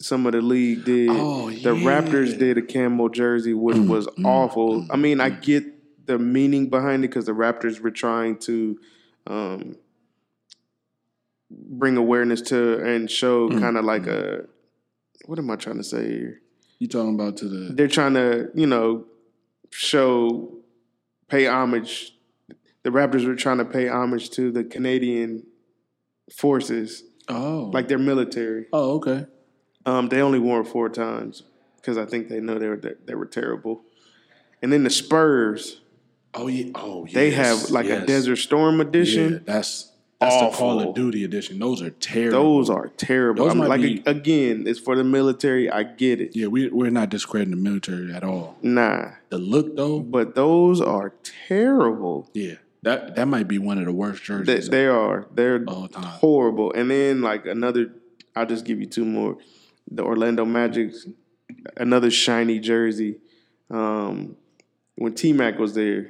C: some of the league did,
B: Oh,
C: the
B: yeah.
C: Raptors did a camo jersey, which was awful. I mean, I get the meaning behind it because the Raptors were trying to um, bring awareness to and show kind of like a what am I trying to say here?
B: You talking about to the
C: they're trying to, you know, show pay homage. The Raptors were trying to pay homage to the Canadian forces,
B: oh
C: like their military.
B: oh okay.
C: Um, they only wore it four times because I think they know they were they were terrible. And then the Spurs,
B: Oh yeah. Oh yeah.
C: they have like a Desert Storm edition.
B: Yeah, that's that's the Call
C: Awful.
B: of Duty edition. Those are terrible.
C: Those are terrible.
B: Those
C: I'm
B: might
C: like
B: be-
C: again, it's for the military. I get it.
B: yeah, we we're not discrediting the military at all.
C: Nah,
B: The look though,
C: but those are terrible.
B: Yeah, that that might be one of the worst
C: They,
B: jerseys.
C: they are. They're
B: All time.
C: horrible. And then like another, I'll just give you two more. The Orlando Magic's another shiny jersey. Um, when T Mac was there,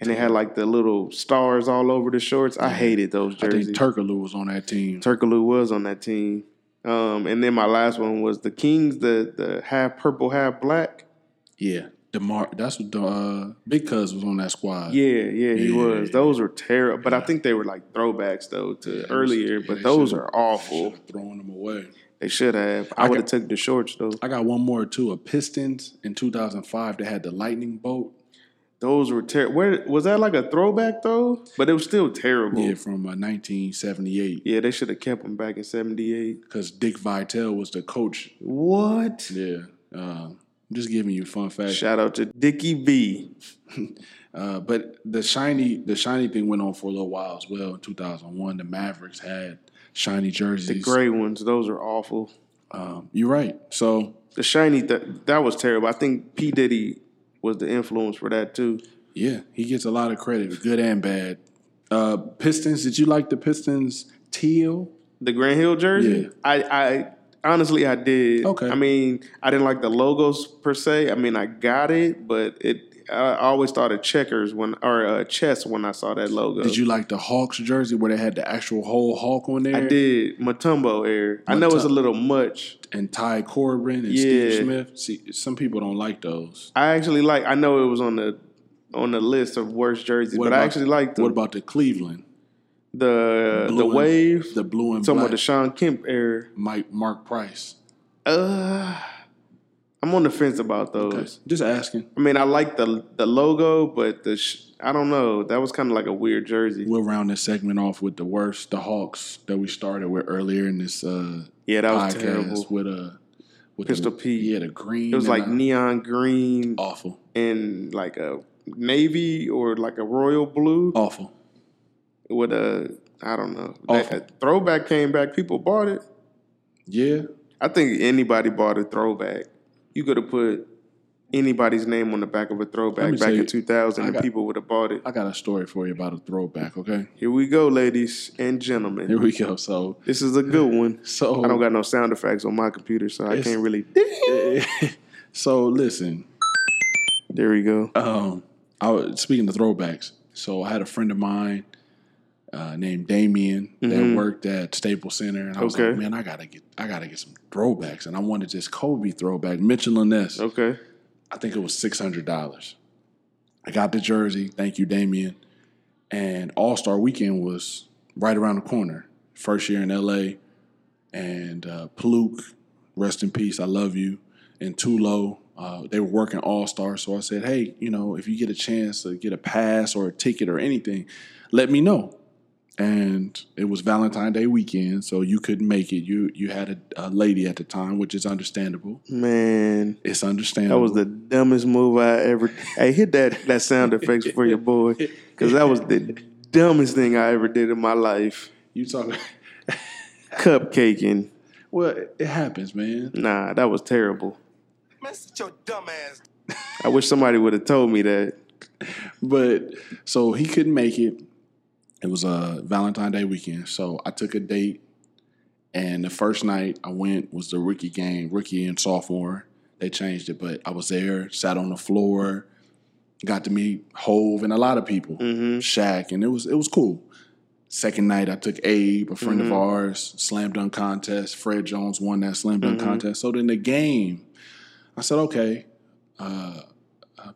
C: and they had like the little stars all over the shorts. I hated those
B: I
C: jerseys.
B: think Turkaloo was on that team.
C: Turkaloo was on that team. Um, and then my last one was the Kings, the the half purple, half black.
B: yeah, Demar. That's what the uh, Big Cuz was on that squad.
C: Yeah, yeah, he
B: Yeah,
C: was.
B: yeah,
C: Those were terrible, but I think they were like throwbacks though to earlier.
B: yeah,
C: but
B: they
C: those
B: should've-
C: are awful.
B: Should've Throwing them away.
C: They should have. I would have
B: got-
C: took the shorts though.
B: I got one more too. A Pistons in 2005. They had the Lightning bolt.
C: Those were terrible. Where was that like a throwback though? But it was still terrible.
B: Yeah,
C: Yeah,
B: from uh, 1978.
C: they should have kept them back in '78.
B: Because Dick Vitale was the coach.
C: What?
B: Yeah. Uh, I'm just giving you fun facts.
C: Shout out to Dickie V.
B: Uh, but the shiny the shiny thing went on for a little while as well. In 2001, the Mavericks had shiny jerseys.
C: The gray ones, those are awful.
B: Um, you're right. So
C: The shiny that that was terrible. I think P Diddy was the influence for that too.
B: yeah, he gets a lot of credit, good and bad. Uh, Pistons. Did you like the Pistons teal?
C: The Grand Hill jersey.
B: Yeah.
C: I, I honestly I did.
B: Okay.
C: I mean, I didn't like the logos per se. I mean, I got it, but it. I always thought of checkers when or uh, chess when I saw that logo.
B: Did you like the Hawks jersey where they had the actual whole Hawk on there?
C: I did Matumbo air. I know it's a
B: Mutombo.
C: little much.
B: And Ty Corbin and
C: Yeah.
B: Steve Smith. See, some people don't like those.
C: I actually like. I know it was on the on the list of worst jerseys,
B: What
C: but I
B: about-
C: actually liked
B: What
C: the
B: about the Cleveland?
C: the,
B: Blue
C: the
B: and-
C: wave.
B: The blue and
C: talking
B: black.
C: about the Sean Kemp era.
B: Mike Mark Price.
C: Uh, I'm on the fence about those.
B: Okay. Just asking.
C: I mean, I like the the logo, but the sh- I don't know. That was kind of like a weird jersey.
B: We'll round this segment off with the worst, the Hawks that we started with earlier in this uh,
C: Yeah, that was
B: podcast
C: terrible.
B: with a with
C: Pistol
B: the,
C: Pete.
B: Yeah, the green.
C: It was
B: and
C: like
B: the-
C: neon green
B: awful,
C: and like a navy or like a royal blue
B: awful.
C: with a I don't know.
B: Awful.
C: That- throwback came back. People bought it.
B: Yeah,
C: I think anybody bought a throwback. You could have put anybody's name on the back of a
B: Let
C: throwback
B: me
C: back
B: tell
C: in
B: you,
C: 2000,
B: I
C: and
B: got-
C: people would have bought it.
B: I got a story for you about a throwback. Okay,
C: Here we go, ladies and gentlemen.
B: here we go. So,
C: This is a good one.
B: so
C: I don't got no sound effects on my computer, so I
B: It's-
C: can't really.
B: [LAUGHS] so listen.
C: There we go.
B: Um, I was speaking of throwbacks. So I had a friend of mine uh, named Damien that worked at Staples Center, and I was like,
C: Okay.
B: man, I gotta get, I gotta get some throwbacks, and I wanted this Kobe throwback, Mitchell and Ness.
C: Okay.
B: I think it was six hundred dollars. I got the jersey. Thank you, Damien. And All Star Weekend was right around the corner. First year in L.A. and uh, Palook, rest in peace. I love you. And Tulo, uh, they were working All Star. So I said, hey, you know, if you get a chance to get a pass or a ticket or anything, let me know. And it was Valentine's Day weekend, so you couldn't make it. You you had a, a lady at the time, which is understandable.
C: Man,
B: It's understandable.
C: that was the dumbest move I ever. Hey, hit that that sound effects for your boy, because that was the dumbest thing I ever did in my life.
B: you talking.
C: Cupcaking.
B: Well, it- it happens, man.
C: Nah, that was terrible.
F: Man, sit your dumb ass
C: [LAUGHS] I wish somebody would have told me that.
B: But so he couldn't make it. It was a Valentine's Day weekend, so I took a date. And the first night I went was the rookie game, rookie and sophomore. They changed it, but I was there, sat on the floor, got to meet Hove and a lot of people, Shaq, and it was it was cool. Second night I took Abe, a friend of ours, slam dunk contest. Fred Jones won that slam dunk contest. So then the game, I said, okay,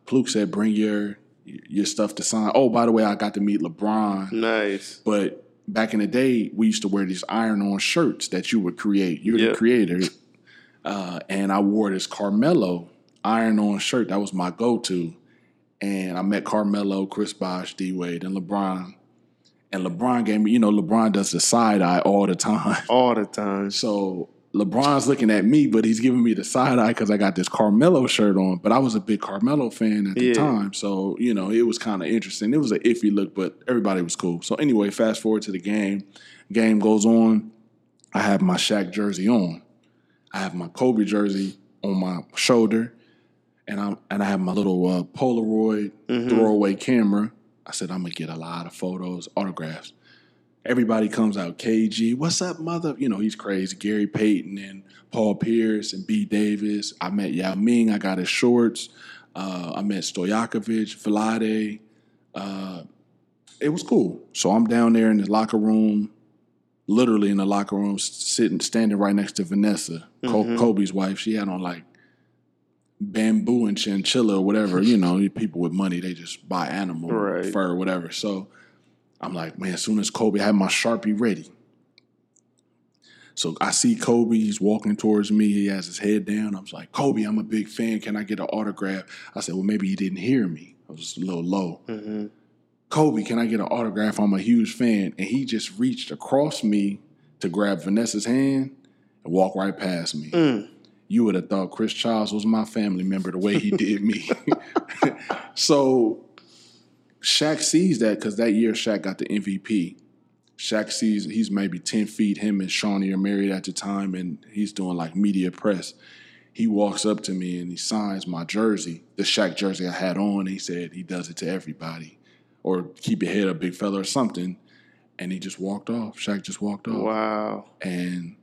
B: Pluke said, "Bring your your stuff to sign." Oh, by the way, I got to meet LeBron.
C: Nice.
B: But back in the day, we used to wear these iron-on shirts that you would create. You're
C: Yep.
B: the creator, uh, and I wore this Carmelo iron-on shirt. That was my go-to. And I met Carmelo, Chris Bosh, D Wade, and LeBron. And LeBron gave me, you know, LeBron does the side eye all the time. [LAUGHS]
C: All the time.
B: So LeBron's looking at me, but he's giving me the side eye because I got this Carmelo shirt on. But I was a big Carmelo fan at the
C: Yeah.
B: time. So, you know, it was kind of interesting. It was an iffy look, but everybody was cool. So, anyway, fast forward to the game. Game goes on. I have my Shaq jersey on. I have my Kobe jersey on my shoulder. And, I'm, and I have my little uh, Polaroid throwaway camera. I said, I'm going to get a lot of photos, autographs everybody comes out. KG, what's up, mother? You know, he's crazy. Gary Payton and Paul Pierce and B. Davis. I met Yao Ming. I got his shorts. Uh, I met Stoyakovich, Vlade. Uh, it was cool. So I'm down there in the locker room, literally in the locker room, s- sitting, standing right next to Vanessa, Col- Kobe's wife. She had on like bamboo and chinchilla or whatever. you know, people with money, they just buy animal
C: Right.
B: fur or whatever. So I'm like, man, as soon as Kobe, I had my Sharpie ready. So I see Kobe, he's walking towards me, he has his head down. I was like, Kobe, I'm a big fan. Can I get an autograph? I said, Well, maybe you didn't hear me. I was a little low. Kobe, can I get an autograph? I'm a huge fan. And he just reached across me to grab Vanessa's hand and walk right past me. You would have thought Chris Charles was my family member the way he did me. [LAUGHS] so Shaq sees that because that year Shaq got the MVP. Shaq sees he's maybe 10 feet. Him and Shawnee are married at the time, and he's doing like media press. He walks up to me and he signs my jersey, the Shaq jersey I had on. He said he does it to everybody, or keep your head up, big fella, or something. And he just walked off. Shaq just walked off.
C: Wow.
B: And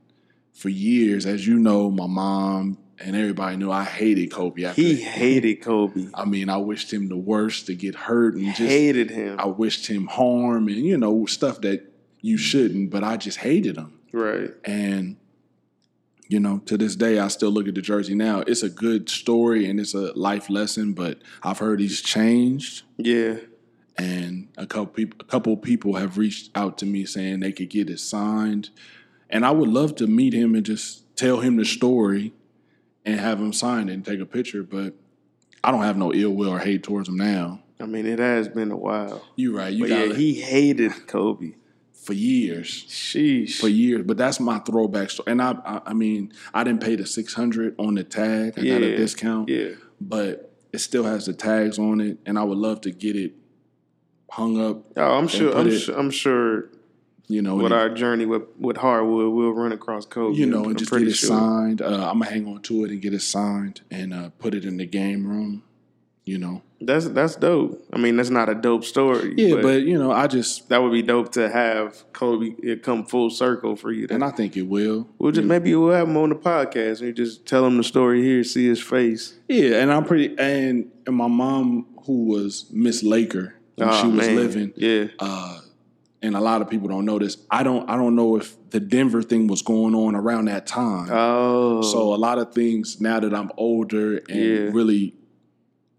B: for years, as you know, my mom and everybody knew I hated Kobe. After
C: He
B: that.
C: hated Kobe.
B: I mean, I wished him the worst to get hurt and just
C: hated him.
B: I wished him harm and you know stuff that you shouldn't, but I just hated him.
C: right.
B: And you know, to this day, I still look at the jersey now. It's a good story and it's a life lesson, but I've heard he's changed,
C: Yeah.
B: and a couple people, a couple people have reached out to me saying they could get it signed, and I would love to meet him and just tell him the story and have him sign it and take a picture. But I don't have no ill will or hate towards him now.
C: I mean, it has been a while.
B: You're right. You
C: But
B: got
C: yeah,
B: yeah,
C: he hated Kobe.
B: for years.
C: Sheesh.
B: for years. But that's my throwback story. And I, I, I mean, I didn't pay the six hundred on the tag. I got a
C: Yeah,
B: discount,
C: yeah.
B: but it still has the tags on it, and I would love to get it hung up.
C: Oh, I'm
B: They
C: sure.
B: put
C: I'm,
B: it-
C: sure. I'm sure.
B: You know,
C: With
B: and-
C: our journey with with hardwood, we'll run across Kobe.
B: you know,
C: I'm
B: and just get
C: pretty
B: it signed. Uh, I'm gonna hang on to it and get it signed and uh, put it in the game room. You know,
C: That's that's dope. I mean, that's not a dope story.
B: yeah, but, you know, I just
C: that would be dope to have Kobe it come full circle for you.
B: and I think it will.
C: we'll just maybe we'll have him on the podcast and you just tell him the story here, see his face.
B: Yeah, and I'm pretty. And, and my mom, who was Miss Laker when
C: Aw,
B: she was
C: Ah, Oh, man.
B: living,
C: Yeah,
B: uh, and a lot of people don't know this. I don't. I don't know if the Denver thing was going on around that time.
C: Oh,
B: so a lot of things now that I'm older and
C: Yeah.
B: really,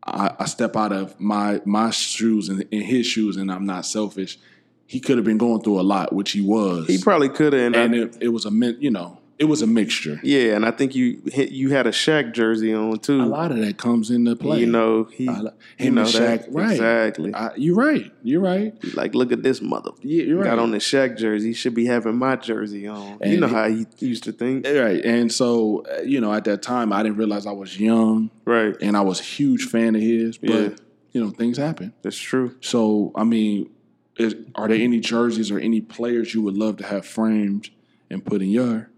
B: I, I step out of my my shoes and in his shoes, and I'm not selfish. He could have been going through a lot, which he was.
C: he probably could have. And,
B: and
C: I,
B: it, it was a min- you know it was a mixture.
C: yeah, and I think you hit, you had a Shaq jersey on too.
B: A lot of that comes into play.
C: You know he,
B: I li-
C: you
B: him
C: know
B: and Shaq,
C: that
B: right?
C: exactly.
B: I, you're right. You're right.
C: like, look at this mother.
B: Yeah, you're right.
C: Got on the Shaq jersey. Should be having my jersey on. you
B: And
C: know
B: he-
C: how he used to think,
B: Right. And so, uh, you know, at that time, I didn't realize I was young
C: right?
B: and I was a huge fan of his, but,
C: Yeah.
B: you know, things happen.
C: That's true.
B: So, I mean, is, are there any jerseys or any players you would love to have framed and put in your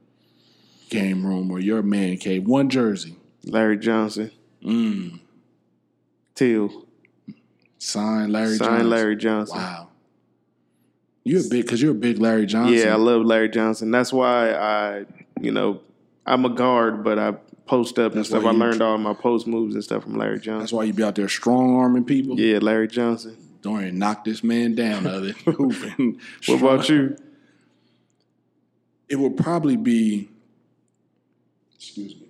B: game room or your man cave? One jersey
C: Larry Johnson,
B: Mm.
C: Till,
B: signed Larry
C: sign
B: Johnson.
C: Larry Johnson.
B: Wow. You're a big, because you're a big Larry Johnson.
C: Yeah, I love Larry Johnson. That's why I, you know, I'm a guard, but I post up
B: That's
C: and stuff.
B: why
C: I
B: you-
C: learned all my post moves and stuff from Larry
B: That's
C: Johnson.
B: why you be out there strong arming people.
C: yeah, Larry Johnson.
B: Dorian, knock this man down,
C: [LAUGHS]
B: other hooping.
C: What about you?
B: it would probably be excuse me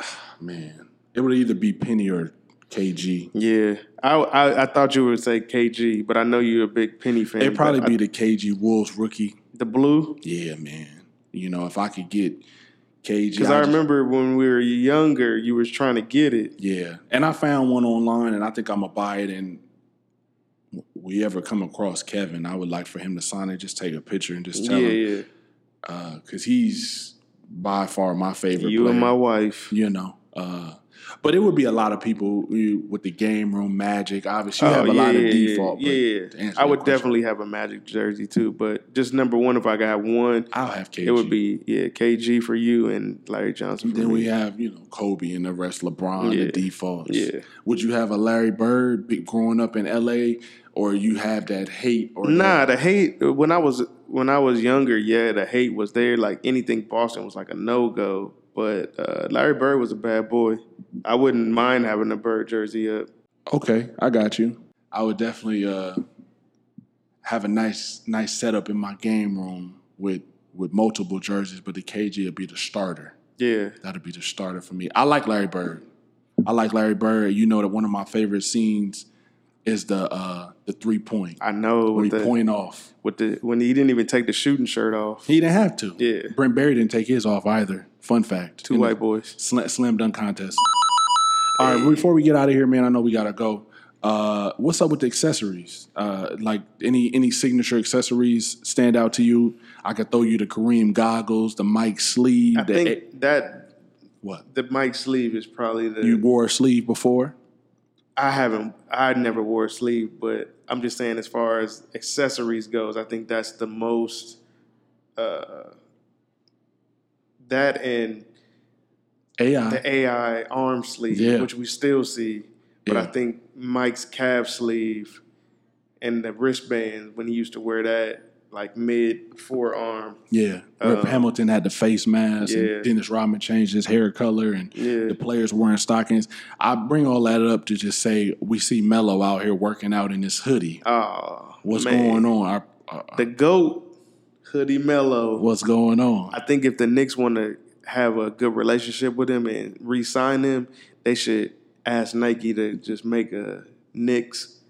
B: Ah, man it would either be penny or kg
C: Yeah, I, I I thought you would say KG, but I know you're a big Penny fan.
B: it'd probably
C: but
B: be
C: I-
B: the kg wolves rookie
C: the blue
B: yeah man you know if i could get kg
C: because
B: I'd
C: I
B: just-
C: remember when we were younger, you was trying to get it.
B: yeah and i found one online and i think i'm gonna buy it and w- we ever come across kevin i would like for him to sign it just take a picture and just tell
C: yeah,
B: him
C: yeah.
B: because he's by far my favorite
C: You and
B: player.
C: my wife.
B: you know. Uh, but it would be a lot of people you- with the game room magic. Obviously, you have a lot of default.
C: Oh,
B: but
C: Yeah, yeah.
B: to answer
C: I
B: your
C: would
B: question,
C: definitely have a Magic jersey too, but just number one, if I got one,
B: I'll have KG.
C: it would be yeah KG for you and Larry Johnson. For
B: Then
C: me.
B: we have you know Kobe and the rest, LeBron,
C: Yeah.
B: the defaults.
C: Yeah.
B: Would you have a Larry Bird be- growing up in L.A. or you have that hate or
C: nah,
B: that-
C: the hate when I was when I was younger, yeah, the hate was there. Like anything Boston was like a no go, but uh, Larry Bird was a bad boy. I wouldn't mind having a Bird jersey up.
B: Okay, I got you. I would definitely uh, have a nice nice setup in my game room with with multiple jerseys, but the KG would be the starter.
C: Yeah,
B: That'll be the starter for me. I like Larry Bird. I like Larry Bird. You know that one of my favorite scenes is the uh the three point.
C: I uh, know
B: When he
C: with the,
B: point off.
C: with the when he didn't even take the shooting shirt off.
B: He didn't have to.
C: Yeah.
B: Brent Berry didn't take his off either. Fun fact.
C: Two
B: In the
C: white boys.
B: sl- slam dunk contest. All right, before we get out of here, man, I know we gotta go. Uh, what's up with the accessories? Uh, like any any signature accessories stand out to you? I could throw you the Kareem goggles, the Mike sleeve.
C: I
B: the
C: think that
B: what
C: the Mike sleeve is probably the
B: you wore a sleeve before?
C: I haven't. I never wore a sleeve, but I'm just saying, as far as accessories goes, I think that's the most. Uh, that and
B: AI.
C: the AI arm sleeve,
B: Yeah.
C: which we still see, but I
B: Yeah.
C: think Mike's calf sleeve and the wristband when he used to wear that, like mid forearm.
B: Yeah. Rip
C: Um,
B: Hamilton had the face mask
C: yeah.
B: and Dennis Rodman changed his hair color and
C: Yeah.
B: the players wearing stockings. I bring all that up to just say we see Melo out here working out in his hoodie.
C: Oh,
B: What's
C: man.
B: going on? I, I,
C: The goat hoodie mellow.
B: what's going on?
C: I think if the Knicks want to have a good relationship with him and re-sign him, they should ask Nike to just make a Knicks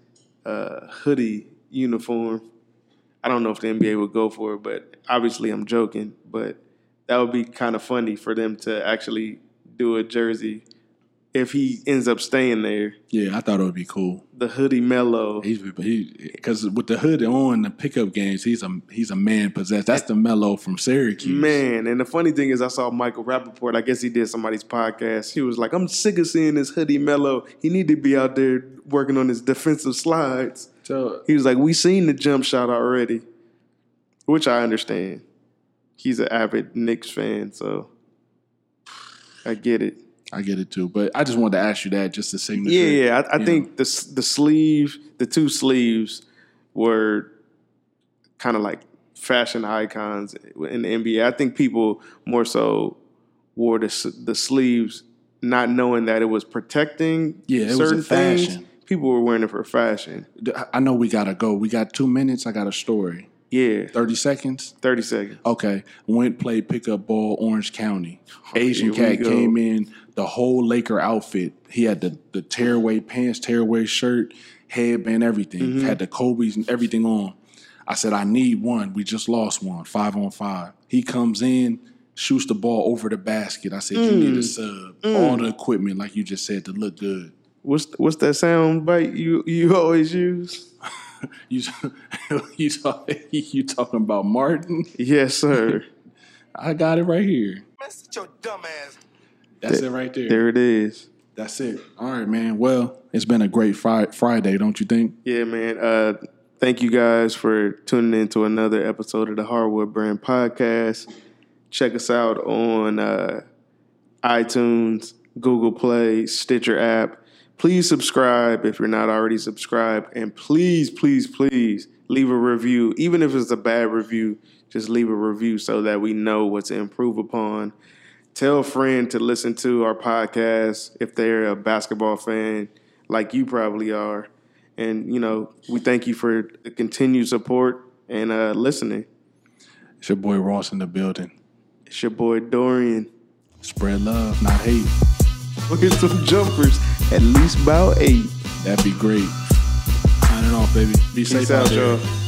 C: uh, hoodie uniform. I don't know if the NBA would go for it, but obviously I'm joking. But that would be kind of funny for them to actually do a jersey if he ends up staying there.
B: yeah, I thought it would be cool.
C: The hoodie mellow.
B: He's because with the hood on the pickup games, he's a he's a man possessed. That's the Mello from Syracuse.
C: Man, and the funny thing is, I saw Michael Rappaport. I guess he did somebody's podcast. He was like, "I'm sick of seeing this hoodie mellow. He need to be out there working on his defensive slides."
B: So
C: He was like, "We seen the jump shot already," which I understand. He's an avid Knicks fan, so I get it.
B: I get it too, but I just wanted to ask you that just to signal.
C: Yeah, yeah. I, I
B: Yeah.
C: think the s- the sleeve, the two sleeves, were kind of like fashion icons in the NBA. I think people more so wore the s- the sleeves, not knowing that it was protecting
B: Yeah, it was a
C: certain things.
B: fashion.
C: People were wearing it for fashion.
B: I know we gotta go. We got two minutes. I got a story.
C: Yeah,
B: Thirty seconds.
C: thirty seconds.
B: Okay, went played pickup ball Orange County. Asian
C: here we
B: cat
C: go.
B: came in the whole Laker outfit. He had the the tearaway pants, tearaway shirt, headband, everything.
C: Mm-hmm.
B: Had the Kobe's and everything on. I said, I need one. We just lost one, five on five. He comes in, shoots the ball over the basket. I said, you
C: Mm.
B: need a sub. All the equipment, like you just said, to look good.
C: What's what's that sound bite you you [LAUGHS] always use?
B: You [LAUGHS] you, talk, [LAUGHS] you talking about Martin?
C: Yes,
B: [LAUGHS]
C: sir.
B: I got it right here.
F: Man, sit your dumb ass.
B: That's it right there.
C: there it is.
B: That's it. All right, man. Well, it's been a great fri- Friday, don't you think?
C: Yeah, man. Uh, thank you guys for tuning in to another episode of the Hardwood Brand Podcast. Check us out on uh, iTunes, Google Play, Stitcher app. Please subscribe if you're not already subscribed. And please, please, please leave a review. Even if it's a bad review, just leave a review so that we know what to improve upon. Tell a friend to listen to our podcast if they're a basketball fan, like you probably are. And, you know, we thank you for the continued support and uh, listening.
B: It's your boy Ross in the building.
C: It's your boy Dorian.
B: Spread love, not hate.
C: Here's some jumpers, at least about eight.
B: That'd be great. Sign it off, baby. Be safe
C: Peace
B: out
C: out,
B: there.
C: y'all.